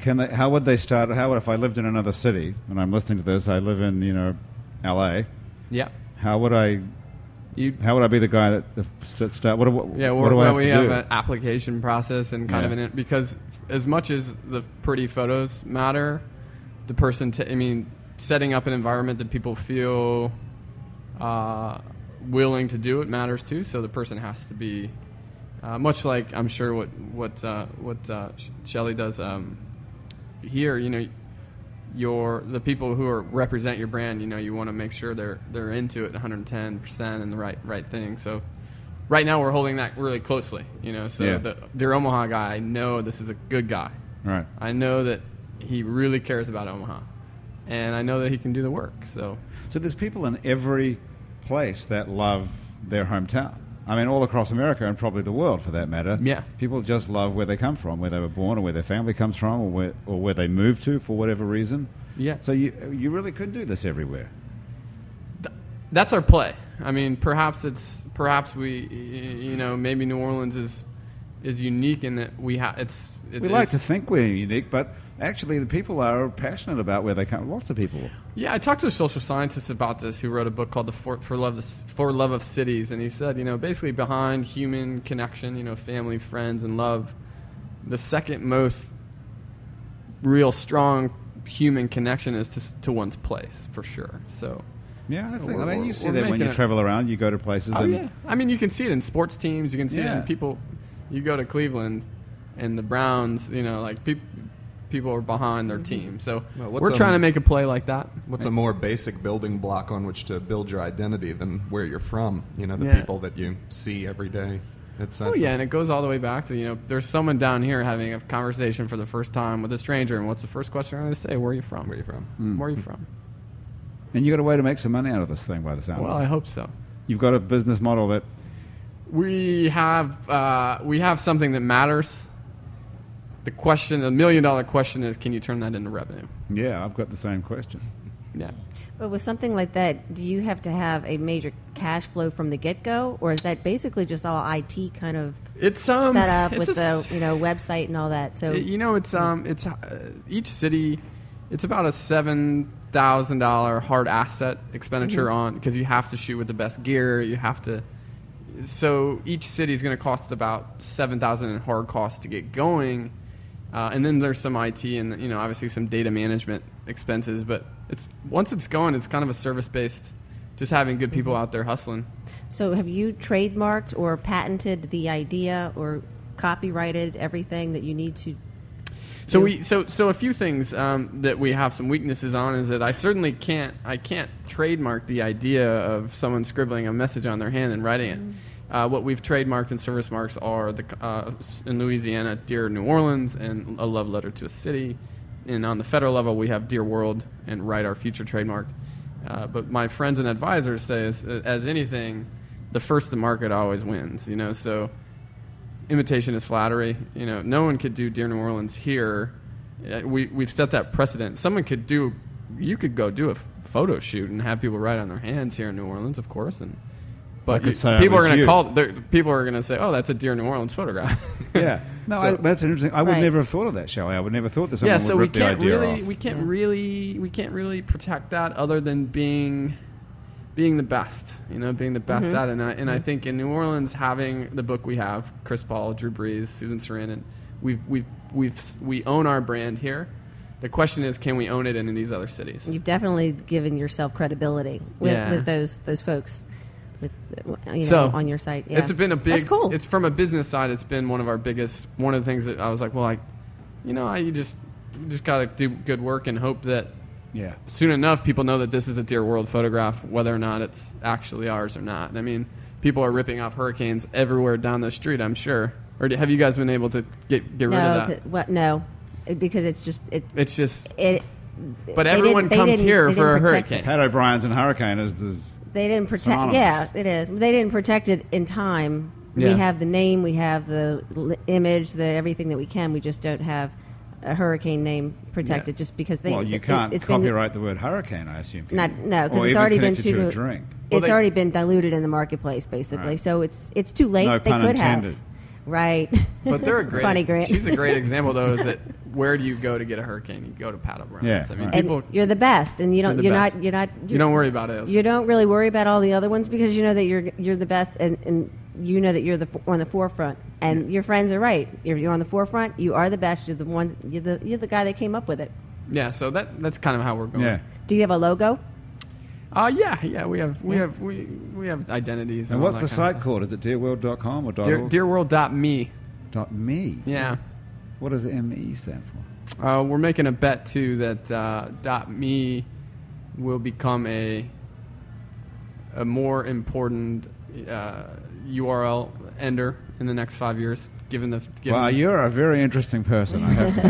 [SPEAKER 1] can they? How would they start? How would if I lived in another city and I'm listening to this? I live in you know, L.A.
[SPEAKER 4] yeah.
[SPEAKER 1] How would I?
[SPEAKER 4] You
[SPEAKER 1] How would I be the guy that that start? What, do- what,
[SPEAKER 4] Yeah,
[SPEAKER 1] what
[SPEAKER 4] we're,
[SPEAKER 1] do I
[SPEAKER 4] well,
[SPEAKER 1] have
[SPEAKER 4] we
[SPEAKER 1] to
[SPEAKER 4] have
[SPEAKER 1] do?
[SPEAKER 4] an application process and kind of
[SPEAKER 1] Yeah.
[SPEAKER 4] an because as much as the pretty photos matter, the person. T- I mean, setting up an environment that people feel uh, willing to do it matters too. So the person has to be uh, much like I'm sure what what uh, what uh, Sh- Shelley does um, here. You know, your the people who are represent your brand. You know, you want to make sure they're they're into it 110 percent and the right right thing. So. Right now, we're holding that really closely, you know. So
[SPEAKER 1] Yeah.
[SPEAKER 4] the their Omaha guy, I know this is a good guy.
[SPEAKER 1] Right.
[SPEAKER 4] I know that he really cares about Omaha, and I know that he can do the work. So
[SPEAKER 1] So there's people in every place that love their hometown. I mean, all across America and probably the world, for that matter.
[SPEAKER 4] Yeah.
[SPEAKER 1] people just love where they come from, where they were born, or where their family comes from, or where or where they moved to for whatever reason.
[SPEAKER 4] Yeah.
[SPEAKER 1] So you you really could do this everywhere.
[SPEAKER 4] that's our play. I mean, perhaps it's perhaps we, y- you know, maybe New Orleans is is unique in that we have it's. It
[SPEAKER 1] We like
[SPEAKER 4] is-
[SPEAKER 1] to think we're unique, but actually, the people are passionate about where they come. Lots of people.
[SPEAKER 4] Yeah, I talked to a social scientist about this who wrote a book called "The For, For Love the, For Love of Cities," and he said, you know, basically behind human connection, you know, family, friends, and love, the second most real strong human connection is to, s- to one's place for sure. So.
[SPEAKER 1] Yeah, I think.
[SPEAKER 4] We're-
[SPEAKER 1] I mean, you
[SPEAKER 4] we're-
[SPEAKER 1] see
[SPEAKER 4] we're
[SPEAKER 1] that when
[SPEAKER 4] making
[SPEAKER 1] you
[SPEAKER 4] it-
[SPEAKER 1] travel around, you go to places.
[SPEAKER 4] Oh
[SPEAKER 1] and
[SPEAKER 4] yeah, I mean you can see it in sports teams. You can see it
[SPEAKER 1] Yeah.
[SPEAKER 4] in people. You go to Cleveland, and the Browns. You know, like people, people are behind their team. So
[SPEAKER 2] Well, what's
[SPEAKER 4] we're
[SPEAKER 2] a-
[SPEAKER 4] trying to make a play like that.
[SPEAKER 2] What's a more basic building block on which to build your identity than where you're from? You know, the
[SPEAKER 4] Yeah.
[SPEAKER 2] people that you see every day. It's
[SPEAKER 4] Oh yeah, and it goes all the way back to you know, there's someone down here having a conversation for the first time with a stranger, and what's the first question I'm going to say? Where are you from?
[SPEAKER 2] where you're from.
[SPEAKER 4] Where are you from?
[SPEAKER 1] and you got a way to make some money out of this thing by the sound. of
[SPEAKER 4] Well,
[SPEAKER 1] it.
[SPEAKER 4] I hope so.
[SPEAKER 1] You've got a business model that
[SPEAKER 4] We have uh, we have something that matters. The question, the million dollar question is, can you turn that into revenue?
[SPEAKER 1] Yeah, I've got the same question.
[SPEAKER 4] Yeah.
[SPEAKER 3] But with something like that, do you have to have a major cash flow from the get go, or is that basically just all IT kind of
[SPEAKER 4] It's um
[SPEAKER 3] set up
[SPEAKER 4] it's
[SPEAKER 3] with
[SPEAKER 4] a s-
[SPEAKER 3] the you know website and all that? So
[SPEAKER 4] It- you know, it's um, it's uh, each city, it's about a seven thousand dollar hard asset expenditure on because you have to shoot with the best gear. You have to, so each city is going to cost about seven thousand in hard costs to get going, uh, and then there's some IT and you know obviously some data management expenses. But it's once it's going, it's kind of a service based, just having good people out there hustling.
[SPEAKER 3] So, have you trademarked or patented the idea or copyrighted everything that you need to?
[SPEAKER 4] So
[SPEAKER 3] Yeah.
[SPEAKER 4] we so so a few things um, that we have some weaknesses on is that I certainly can't I can't trademark the idea of someone scribbling a message on their hand and writing it. Uh, what we've trademarked and service marks are the uh, in Louisiana, "Dear New Orleans" and "A Love Letter to a City," and on the federal level, we have "Dear World" and "Write Our Future" trademarked. Uh, but my friends and advisors say, as, as anything, the first to market always wins. You know, so imitation is flattery. You know, no one could do Dear New Orleans here. Uh, We we've set that precedent. Someone could do. You could go do a f- photo shoot and have people write on their hands here in New Orleans, of course, and. But
[SPEAKER 1] could
[SPEAKER 4] you-
[SPEAKER 1] say I
[SPEAKER 4] people are
[SPEAKER 1] was
[SPEAKER 4] going
[SPEAKER 1] you.
[SPEAKER 4] to call. they're- People are going to say, "Oh, that's a Dear New Orleans photograph."
[SPEAKER 1] Yeah, no, I, that's an interesting. I would
[SPEAKER 3] Right.
[SPEAKER 1] never have thought of that, Shelley. I would never thought that someone
[SPEAKER 4] yeah,
[SPEAKER 1] would
[SPEAKER 4] so we
[SPEAKER 1] rip the
[SPEAKER 4] can't
[SPEAKER 1] idea
[SPEAKER 4] really,
[SPEAKER 1] off.
[SPEAKER 4] we can't really, we can't really protect that other than being, being the best. You know, being the best
[SPEAKER 3] Mm-hmm.
[SPEAKER 4] at it. And I, and I think in New Orleans, having the book we have, Chris Paul, Drew Brees, Susan Sarandon, we've we've we've s- we own our brand here. The question is, can we own it in these other cities?
[SPEAKER 3] You've definitely given yourself credibility with,
[SPEAKER 4] Yeah.
[SPEAKER 3] with those those folks, with you know
[SPEAKER 4] so
[SPEAKER 3] on your site. Yeah.
[SPEAKER 4] it's been a big.
[SPEAKER 3] That's cool.
[SPEAKER 4] It's from a business side. It's been one of our biggest. One of the things that I was like, well, I, you know, I you just you just gotta do good work and hope that
[SPEAKER 1] Yeah,
[SPEAKER 4] soon enough, people know that this is a Dear World photograph, whether or not it's actually ours or not. And I mean, people are ripping off hurricanes everywhere down the street. I'm sure. Or do- have you guys been able to get get rid
[SPEAKER 3] no,
[SPEAKER 4] of that?
[SPEAKER 3] c- what no, It- because it's just it.
[SPEAKER 4] It's just.
[SPEAKER 3] it
[SPEAKER 4] But
[SPEAKER 3] they
[SPEAKER 4] everyone
[SPEAKER 3] didn't- they
[SPEAKER 4] comes
[SPEAKER 3] didn't-
[SPEAKER 4] here
[SPEAKER 3] they
[SPEAKER 4] for a
[SPEAKER 3] didn't protect
[SPEAKER 4] hurricane.
[SPEAKER 1] Pat O'Brien's and Hurricane is, is
[SPEAKER 3] They didn't protect.
[SPEAKER 1] Synonymous.
[SPEAKER 3] Yeah, it is. They didn't protect it in time.
[SPEAKER 4] Yeah.
[SPEAKER 3] We have the name, we have the l- image, the everything that we can. We just don't have a hurricane name protected
[SPEAKER 4] Yeah.
[SPEAKER 3] just because they.
[SPEAKER 1] well, you
[SPEAKER 3] it-
[SPEAKER 1] can't
[SPEAKER 3] it's been-
[SPEAKER 1] copyright the word hurricane. I assume. Can
[SPEAKER 3] Not
[SPEAKER 1] you?
[SPEAKER 3] no,
[SPEAKER 1] Or
[SPEAKER 3] because it's
[SPEAKER 1] even
[SPEAKER 3] already been
[SPEAKER 1] connect it
[SPEAKER 3] too.
[SPEAKER 1] to a
[SPEAKER 3] dil-
[SPEAKER 1] drink.
[SPEAKER 4] Well,
[SPEAKER 3] it's
[SPEAKER 4] they-
[SPEAKER 3] already been diluted in the marketplace, basically.
[SPEAKER 1] Right.
[SPEAKER 3] So it's it's too late.
[SPEAKER 1] No
[SPEAKER 3] they
[SPEAKER 1] pun
[SPEAKER 3] could
[SPEAKER 1] intended.
[SPEAKER 3] have. Right.
[SPEAKER 4] But they're a great.
[SPEAKER 3] funny Grant.
[SPEAKER 4] She's a great example, though. Is that where do you go to get a hurricane? You go to Pat O'Brien's.
[SPEAKER 1] Yeah,
[SPEAKER 4] I mean,
[SPEAKER 1] right.
[SPEAKER 3] And
[SPEAKER 4] people.
[SPEAKER 3] you're the best, and you don't.
[SPEAKER 4] the
[SPEAKER 3] You're
[SPEAKER 4] best.
[SPEAKER 3] not. You're not.
[SPEAKER 4] you don't worry about it.
[SPEAKER 3] You don't really worry about all the other ones because you know that you're you're the best and, and you know that you're the on the forefront and your friends are right. You're, you're on the forefront. You are the best. You're the one. You're the you're the guy that came up with it.
[SPEAKER 4] Oh, Yeah. So that that's kind of how we're going.
[SPEAKER 1] Yeah,
[SPEAKER 3] Do you have a logo?
[SPEAKER 4] Uh, yeah, yeah, we have we have we, we have identities.
[SPEAKER 1] And
[SPEAKER 4] all
[SPEAKER 1] what's
[SPEAKER 4] that
[SPEAKER 1] the
[SPEAKER 4] kind
[SPEAKER 1] site
[SPEAKER 4] of
[SPEAKER 1] called? Is it dearworld.com or
[SPEAKER 4] stuff.
[SPEAKER 1] dot
[SPEAKER 4] Dear,
[SPEAKER 1] org?
[SPEAKER 4] dearworld.me.
[SPEAKER 1] dot me?
[SPEAKER 4] Yeah.
[SPEAKER 1] What does ME stand for?
[SPEAKER 4] Uh, we're making a bet too that uh, dot me will become a a more important uh, URL ender in the next five years, given the given
[SPEAKER 1] Well, you're a very interesting person, I have to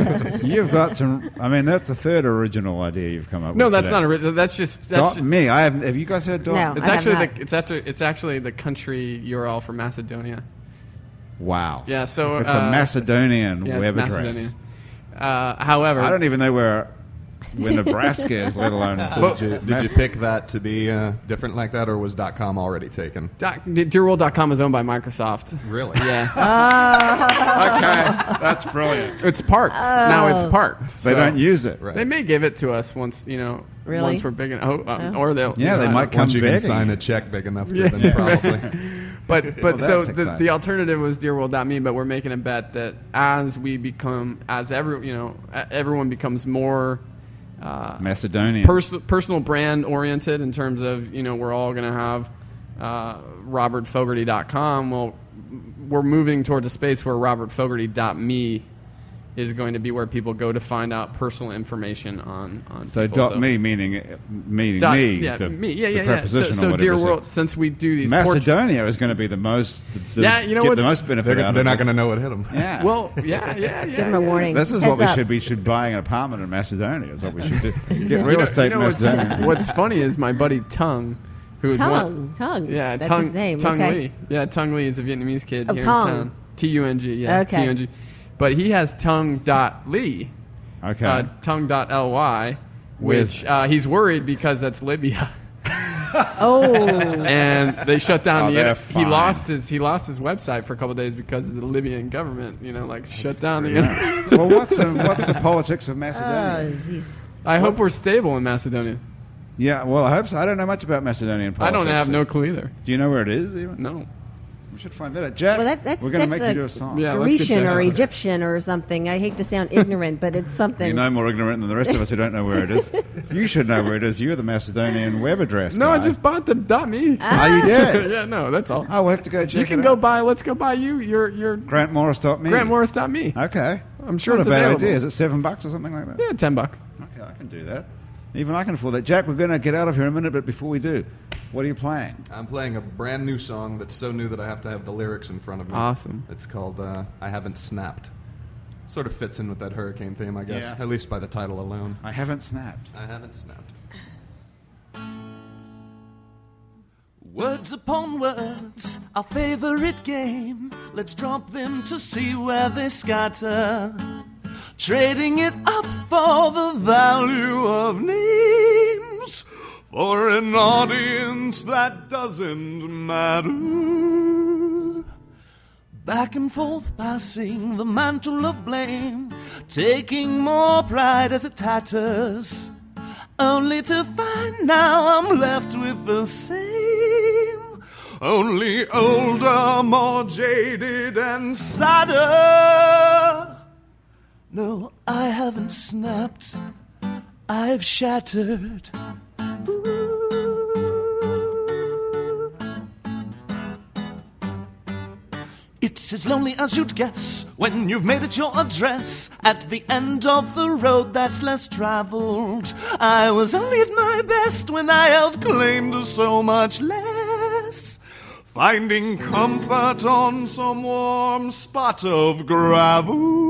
[SPEAKER 1] say. you've got some. I mean, that's the third original idea you've come up with.
[SPEAKER 4] no, that's
[SPEAKER 1] today.
[SPEAKER 4] not a. That's just that's
[SPEAKER 1] Dot
[SPEAKER 4] ju-
[SPEAKER 1] me. I have. Have you guys heard dot?
[SPEAKER 3] No.
[SPEAKER 4] It's
[SPEAKER 3] I have
[SPEAKER 4] actually
[SPEAKER 3] not.
[SPEAKER 4] the, it's actually it's actually the country URL for Macedonia.
[SPEAKER 1] Wow.
[SPEAKER 4] Yeah, so
[SPEAKER 1] it's
[SPEAKER 4] uh,
[SPEAKER 1] a Macedonian
[SPEAKER 4] yeah, it's
[SPEAKER 1] web address.
[SPEAKER 4] Macedonia. Uh, however,
[SPEAKER 1] I don't even know where where Nebraska is, let alone.
[SPEAKER 4] Well-
[SPEAKER 2] Did you, did you pick that to be uh, different like that, or was .com already taken?
[SPEAKER 4] Doc, dearworld.com is owned by Microsoft.
[SPEAKER 2] Really?
[SPEAKER 4] Yeah,
[SPEAKER 1] okay, that's brilliant.
[SPEAKER 4] it's parked now. It's parked.
[SPEAKER 1] They
[SPEAKER 4] so-
[SPEAKER 1] don't use it.
[SPEAKER 2] Right.
[SPEAKER 4] They may give it to us once you know.
[SPEAKER 3] Really?
[SPEAKER 4] Once we're big enough, oh, uh,
[SPEAKER 3] Oh.
[SPEAKER 4] or they'll.
[SPEAKER 1] Yeah, they
[SPEAKER 4] I
[SPEAKER 1] might
[SPEAKER 4] don't-
[SPEAKER 1] come
[SPEAKER 2] Once you can
[SPEAKER 1] begging.
[SPEAKER 2] sign a check big enough to them, probably.
[SPEAKER 4] But but
[SPEAKER 1] that's
[SPEAKER 4] so the,
[SPEAKER 1] exciting.
[SPEAKER 4] the alternative was dearworld.me. But we're making a bet that as we become, as every you know, e- everyone becomes more. Uh,
[SPEAKER 1] Macedonian.
[SPEAKER 4] pers- personal brand oriented in terms of you know we're all going to have uh, robertfogarty.com well we're moving towards a space where robertfogarty.me is going to be where people go to find out personal information on on
[SPEAKER 1] so
[SPEAKER 4] people.
[SPEAKER 1] dot me meaning meaning
[SPEAKER 4] dot-
[SPEAKER 1] me.
[SPEAKER 4] yeah
[SPEAKER 1] the,
[SPEAKER 4] me yeah
[SPEAKER 1] the
[SPEAKER 4] yeah yeah so,
[SPEAKER 1] preposition or
[SPEAKER 4] so
[SPEAKER 1] whatever
[SPEAKER 4] dear
[SPEAKER 1] it is.
[SPEAKER 4] world since we do these portraits-
[SPEAKER 1] Macedonia is going to be the most. The,
[SPEAKER 4] Yeah, you know
[SPEAKER 1] get the
[SPEAKER 4] what's-
[SPEAKER 1] most benefit
[SPEAKER 2] they're
[SPEAKER 1] out
[SPEAKER 2] they're
[SPEAKER 1] of
[SPEAKER 2] not
[SPEAKER 1] this.
[SPEAKER 2] going to know what hit them.
[SPEAKER 1] Yeah.
[SPEAKER 4] well yeah yeah yeah
[SPEAKER 3] Give him a
[SPEAKER 4] yeah.
[SPEAKER 3] warning.
[SPEAKER 1] Uh, This is
[SPEAKER 3] Heads
[SPEAKER 1] what we
[SPEAKER 3] up.
[SPEAKER 1] should be should buying an apartment in Macedonia is what we should do. Get
[SPEAKER 3] You
[SPEAKER 1] real
[SPEAKER 4] You know-
[SPEAKER 1] estate
[SPEAKER 4] you
[SPEAKER 1] in
[SPEAKER 4] know what's,
[SPEAKER 1] Macedonia.
[SPEAKER 4] what's funny is my buddy Tung, who is one,
[SPEAKER 3] Tung, Tung.
[SPEAKER 4] yeah,
[SPEAKER 3] That's
[SPEAKER 4] Tung,
[SPEAKER 3] his name,
[SPEAKER 4] Tung
[SPEAKER 3] okay.
[SPEAKER 4] Lee, yeah, Tung Lee is a Vietnamese kid
[SPEAKER 3] Oh,
[SPEAKER 4] here
[SPEAKER 3] Tung.
[SPEAKER 4] in town. T U N G, yeah,
[SPEAKER 3] Okay.
[SPEAKER 4] T U N G, but he has Tung dot Lee,
[SPEAKER 1] Okay.
[SPEAKER 4] uh, Tung dot L Y,
[SPEAKER 1] Whiz.
[SPEAKER 4] which uh, he's worried because that's Libya,
[SPEAKER 3] Oh,
[SPEAKER 4] and they shut down
[SPEAKER 1] Oh,
[SPEAKER 4] the.
[SPEAKER 1] they're
[SPEAKER 4] Inter- he
[SPEAKER 1] fine.
[SPEAKER 4] lost his he lost his website for a couple of days because the Libyan government, you know, like shut down the. Internet.
[SPEAKER 1] well, what's the, what's the politics of
[SPEAKER 3] oh,
[SPEAKER 1] Macedonia?
[SPEAKER 3] jeez.
[SPEAKER 4] I hope we're stable in Macedonia.
[SPEAKER 1] yeah, well, I hope so. I don't know much about Macedonian
[SPEAKER 4] I
[SPEAKER 1] politics.
[SPEAKER 4] don't have no clue either.
[SPEAKER 1] Do you know where it is? Even?
[SPEAKER 4] No.
[SPEAKER 1] We should find that out. Jack,
[SPEAKER 3] Well, that- that's-
[SPEAKER 1] we're going to
[SPEAKER 3] that's
[SPEAKER 1] make you do
[SPEAKER 3] a-
[SPEAKER 1] a song.
[SPEAKER 4] Yeah, let's get
[SPEAKER 3] Grecian
[SPEAKER 4] Jack
[SPEAKER 3] or
[SPEAKER 4] on.
[SPEAKER 3] Egyptian or something. I hate to sound ignorant, but it's something.
[SPEAKER 1] You're no more ignorant than the rest of us who don't know where it is. you should know where it is. You're the Macedonian web address.
[SPEAKER 4] No,
[SPEAKER 1] guy.
[SPEAKER 4] I just bought the dot me.
[SPEAKER 1] Oh, you did?
[SPEAKER 4] yeah, no, that's all.
[SPEAKER 1] Oh, we'll have to go check
[SPEAKER 4] you can
[SPEAKER 1] it
[SPEAKER 4] go
[SPEAKER 1] out.
[SPEAKER 4] buy. Let's go buy you. Your your
[SPEAKER 1] GrantMorris.me.
[SPEAKER 4] grantmorris.me.
[SPEAKER 1] Okay.
[SPEAKER 4] I'm sure
[SPEAKER 1] Not
[SPEAKER 4] it's
[SPEAKER 1] a bad
[SPEAKER 4] available.
[SPEAKER 1] idea. Is it seven bucks or something like that?
[SPEAKER 4] Yeah, ten bucks.
[SPEAKER 1] Okay, I can do that. Even I can afford that. Jack, we're going to get out of here in a minute, but before we do, what are you playing?
[SPEAKER 2] I'm playing a brand new song that's so new that I have to have the lyrics in front of me.
[SPEAKER 4] Awesome.
[SPEAKER 2] It's called uh, I Haven't Snapped. Sort of fits in with that hurricane theme, I guess,
[SPEAKER 1] Yeah.
[SPEAKER 2] at least by the title alone.
[SPEAKER 1] I haven't snapped.
[SPEAKER 2] I haven't snapped.
[SPEAKER 6] Words upon words, our favorite game. Let's drop them to see where they scatter. Trading it up for the value of names. For an audience that doesn't matter. Back and forth passing the mantle of blame, taking more pride as it tatters. Only to find now I'm left with the same. Only older, more jaded, and sadder. No, I haven't snapped. I've shattered. Ooh. It's as lonely as you'd guess when you've made it your address at the end of the road that's less traveled. I was only at my best when I outclaimed so much less. Finding comfort on some warm spot of gravel.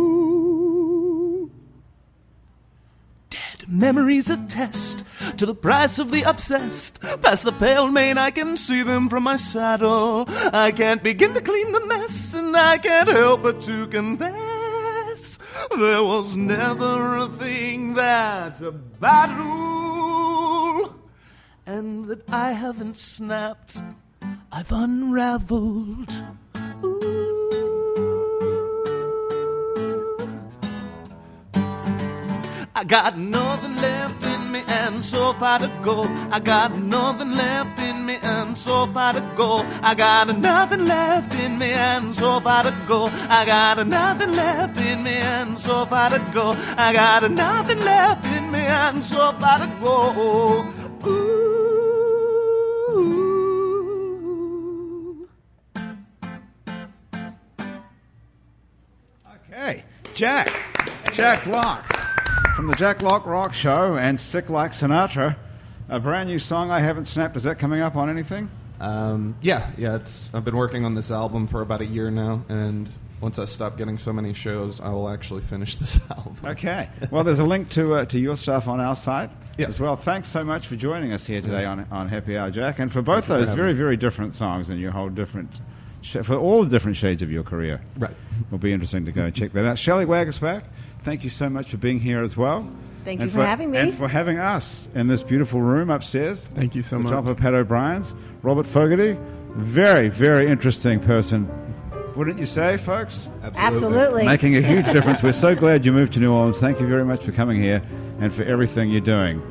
[SPEAKER 6] Dead memories attest to the price of the obsessed. Past the pale mane, I can see them from my saddle. I can't begin to clean the mess, and I can't help but to confess there was never a thing that a battle, and that I haven't snapped. I've unraveled. Ooh. I got nothing left in me and so far to go. I got nothing left in me and so far to go. I got nothing left in me and so far to go. I got nothing left in me and so far to go. I got nothing left in me and so far to go. Ooh.
[SPEAKER 1] Jack. Jack Locke. From the Jack Locke Rock Show and Sick Like Sinatra. A brand new song I haven't snapped. Is that coming up on anything?
[SPEAKER 2] Um, yeah, yeah. It's I've been working on this album for about a year now, and once I stop getting so many shows, I will actually finish this album.
[SPEAKER 1] Okay. Well, there's a link to, uh, to your stuff on our site
[SPEAKER 2] Yeah.
[SPEAKER 1] as well. Thanks so much for joining us here today on, on Happy Hour, Jack, and for both those very, very different songs and your whole different, sh- for all the different shades of your career.
[SPEAKER 2] Right.
[SPEAKER 1] It'll be interesting to go and check that out. Shelley Waggisback, thank you so much for being here as well.
[SPEAKER 3] Thank you for having me.
[SPEAKER 1] And for having us in this beautiful room upstairs.
[SPEAKER 4] Thank you so
[SPEAKER 1] the
[SPEAKER 4] much.
[SPEAKER 1] top of Pat O'Brien's. Robert Fogarty, very, very interesting person. Wouldn't you say, folks?
[SPEAKER 3] Absolutely.
[SPEAKER 1] Making a huge difference. We're so glad you moved to New Orleans. Thank you very much for coming here and for everything you're doing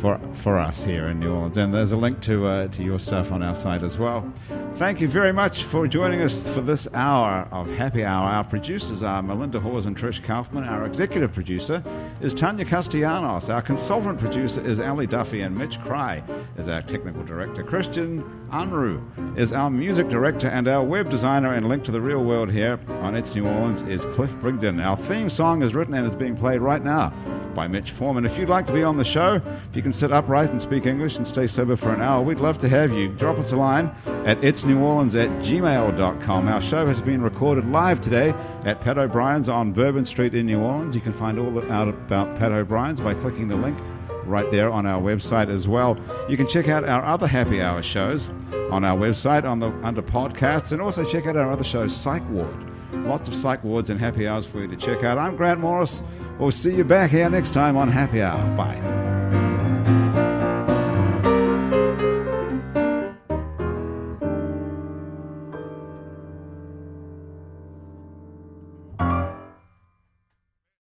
[SPEAKER 1] for for us here in New Orleans. And there's a link to uh, to your stuff on our site as well. Thank you very much for joining us for this hour of Happy Hour. Our producers are Melinda Hawes and Trish Kaufman. Our executive producer is Tanya Castellanos. Our consultant producer is Ali Duffy and Mitch Cry is our technical director. Christian Anru is our music director and our web designer and link to the real world here on It's New Orleans is Cliff Brigden. Our theme song is written and is being played right now by Mitch Foreman. If you'd like to be on the show, if you can sit upright and speak English and stay sober for an hour, we'd love to have you. Drop us a line at itsneworleans at gmail.com. Our show has been recorded live today at Pat O'Brien's on Bourbon Street in New Orleans. You can find all out about Pat O'Brien's by clicking the link right there on our website as well. You can check out our other happy hour shows on our website on the under podcasts and also check out our other show, Psych Ward. Lots of psych wards and happy hours for you to check out. I'm Grant Morris. We'll see you back here next time on Happy Hour. Bye.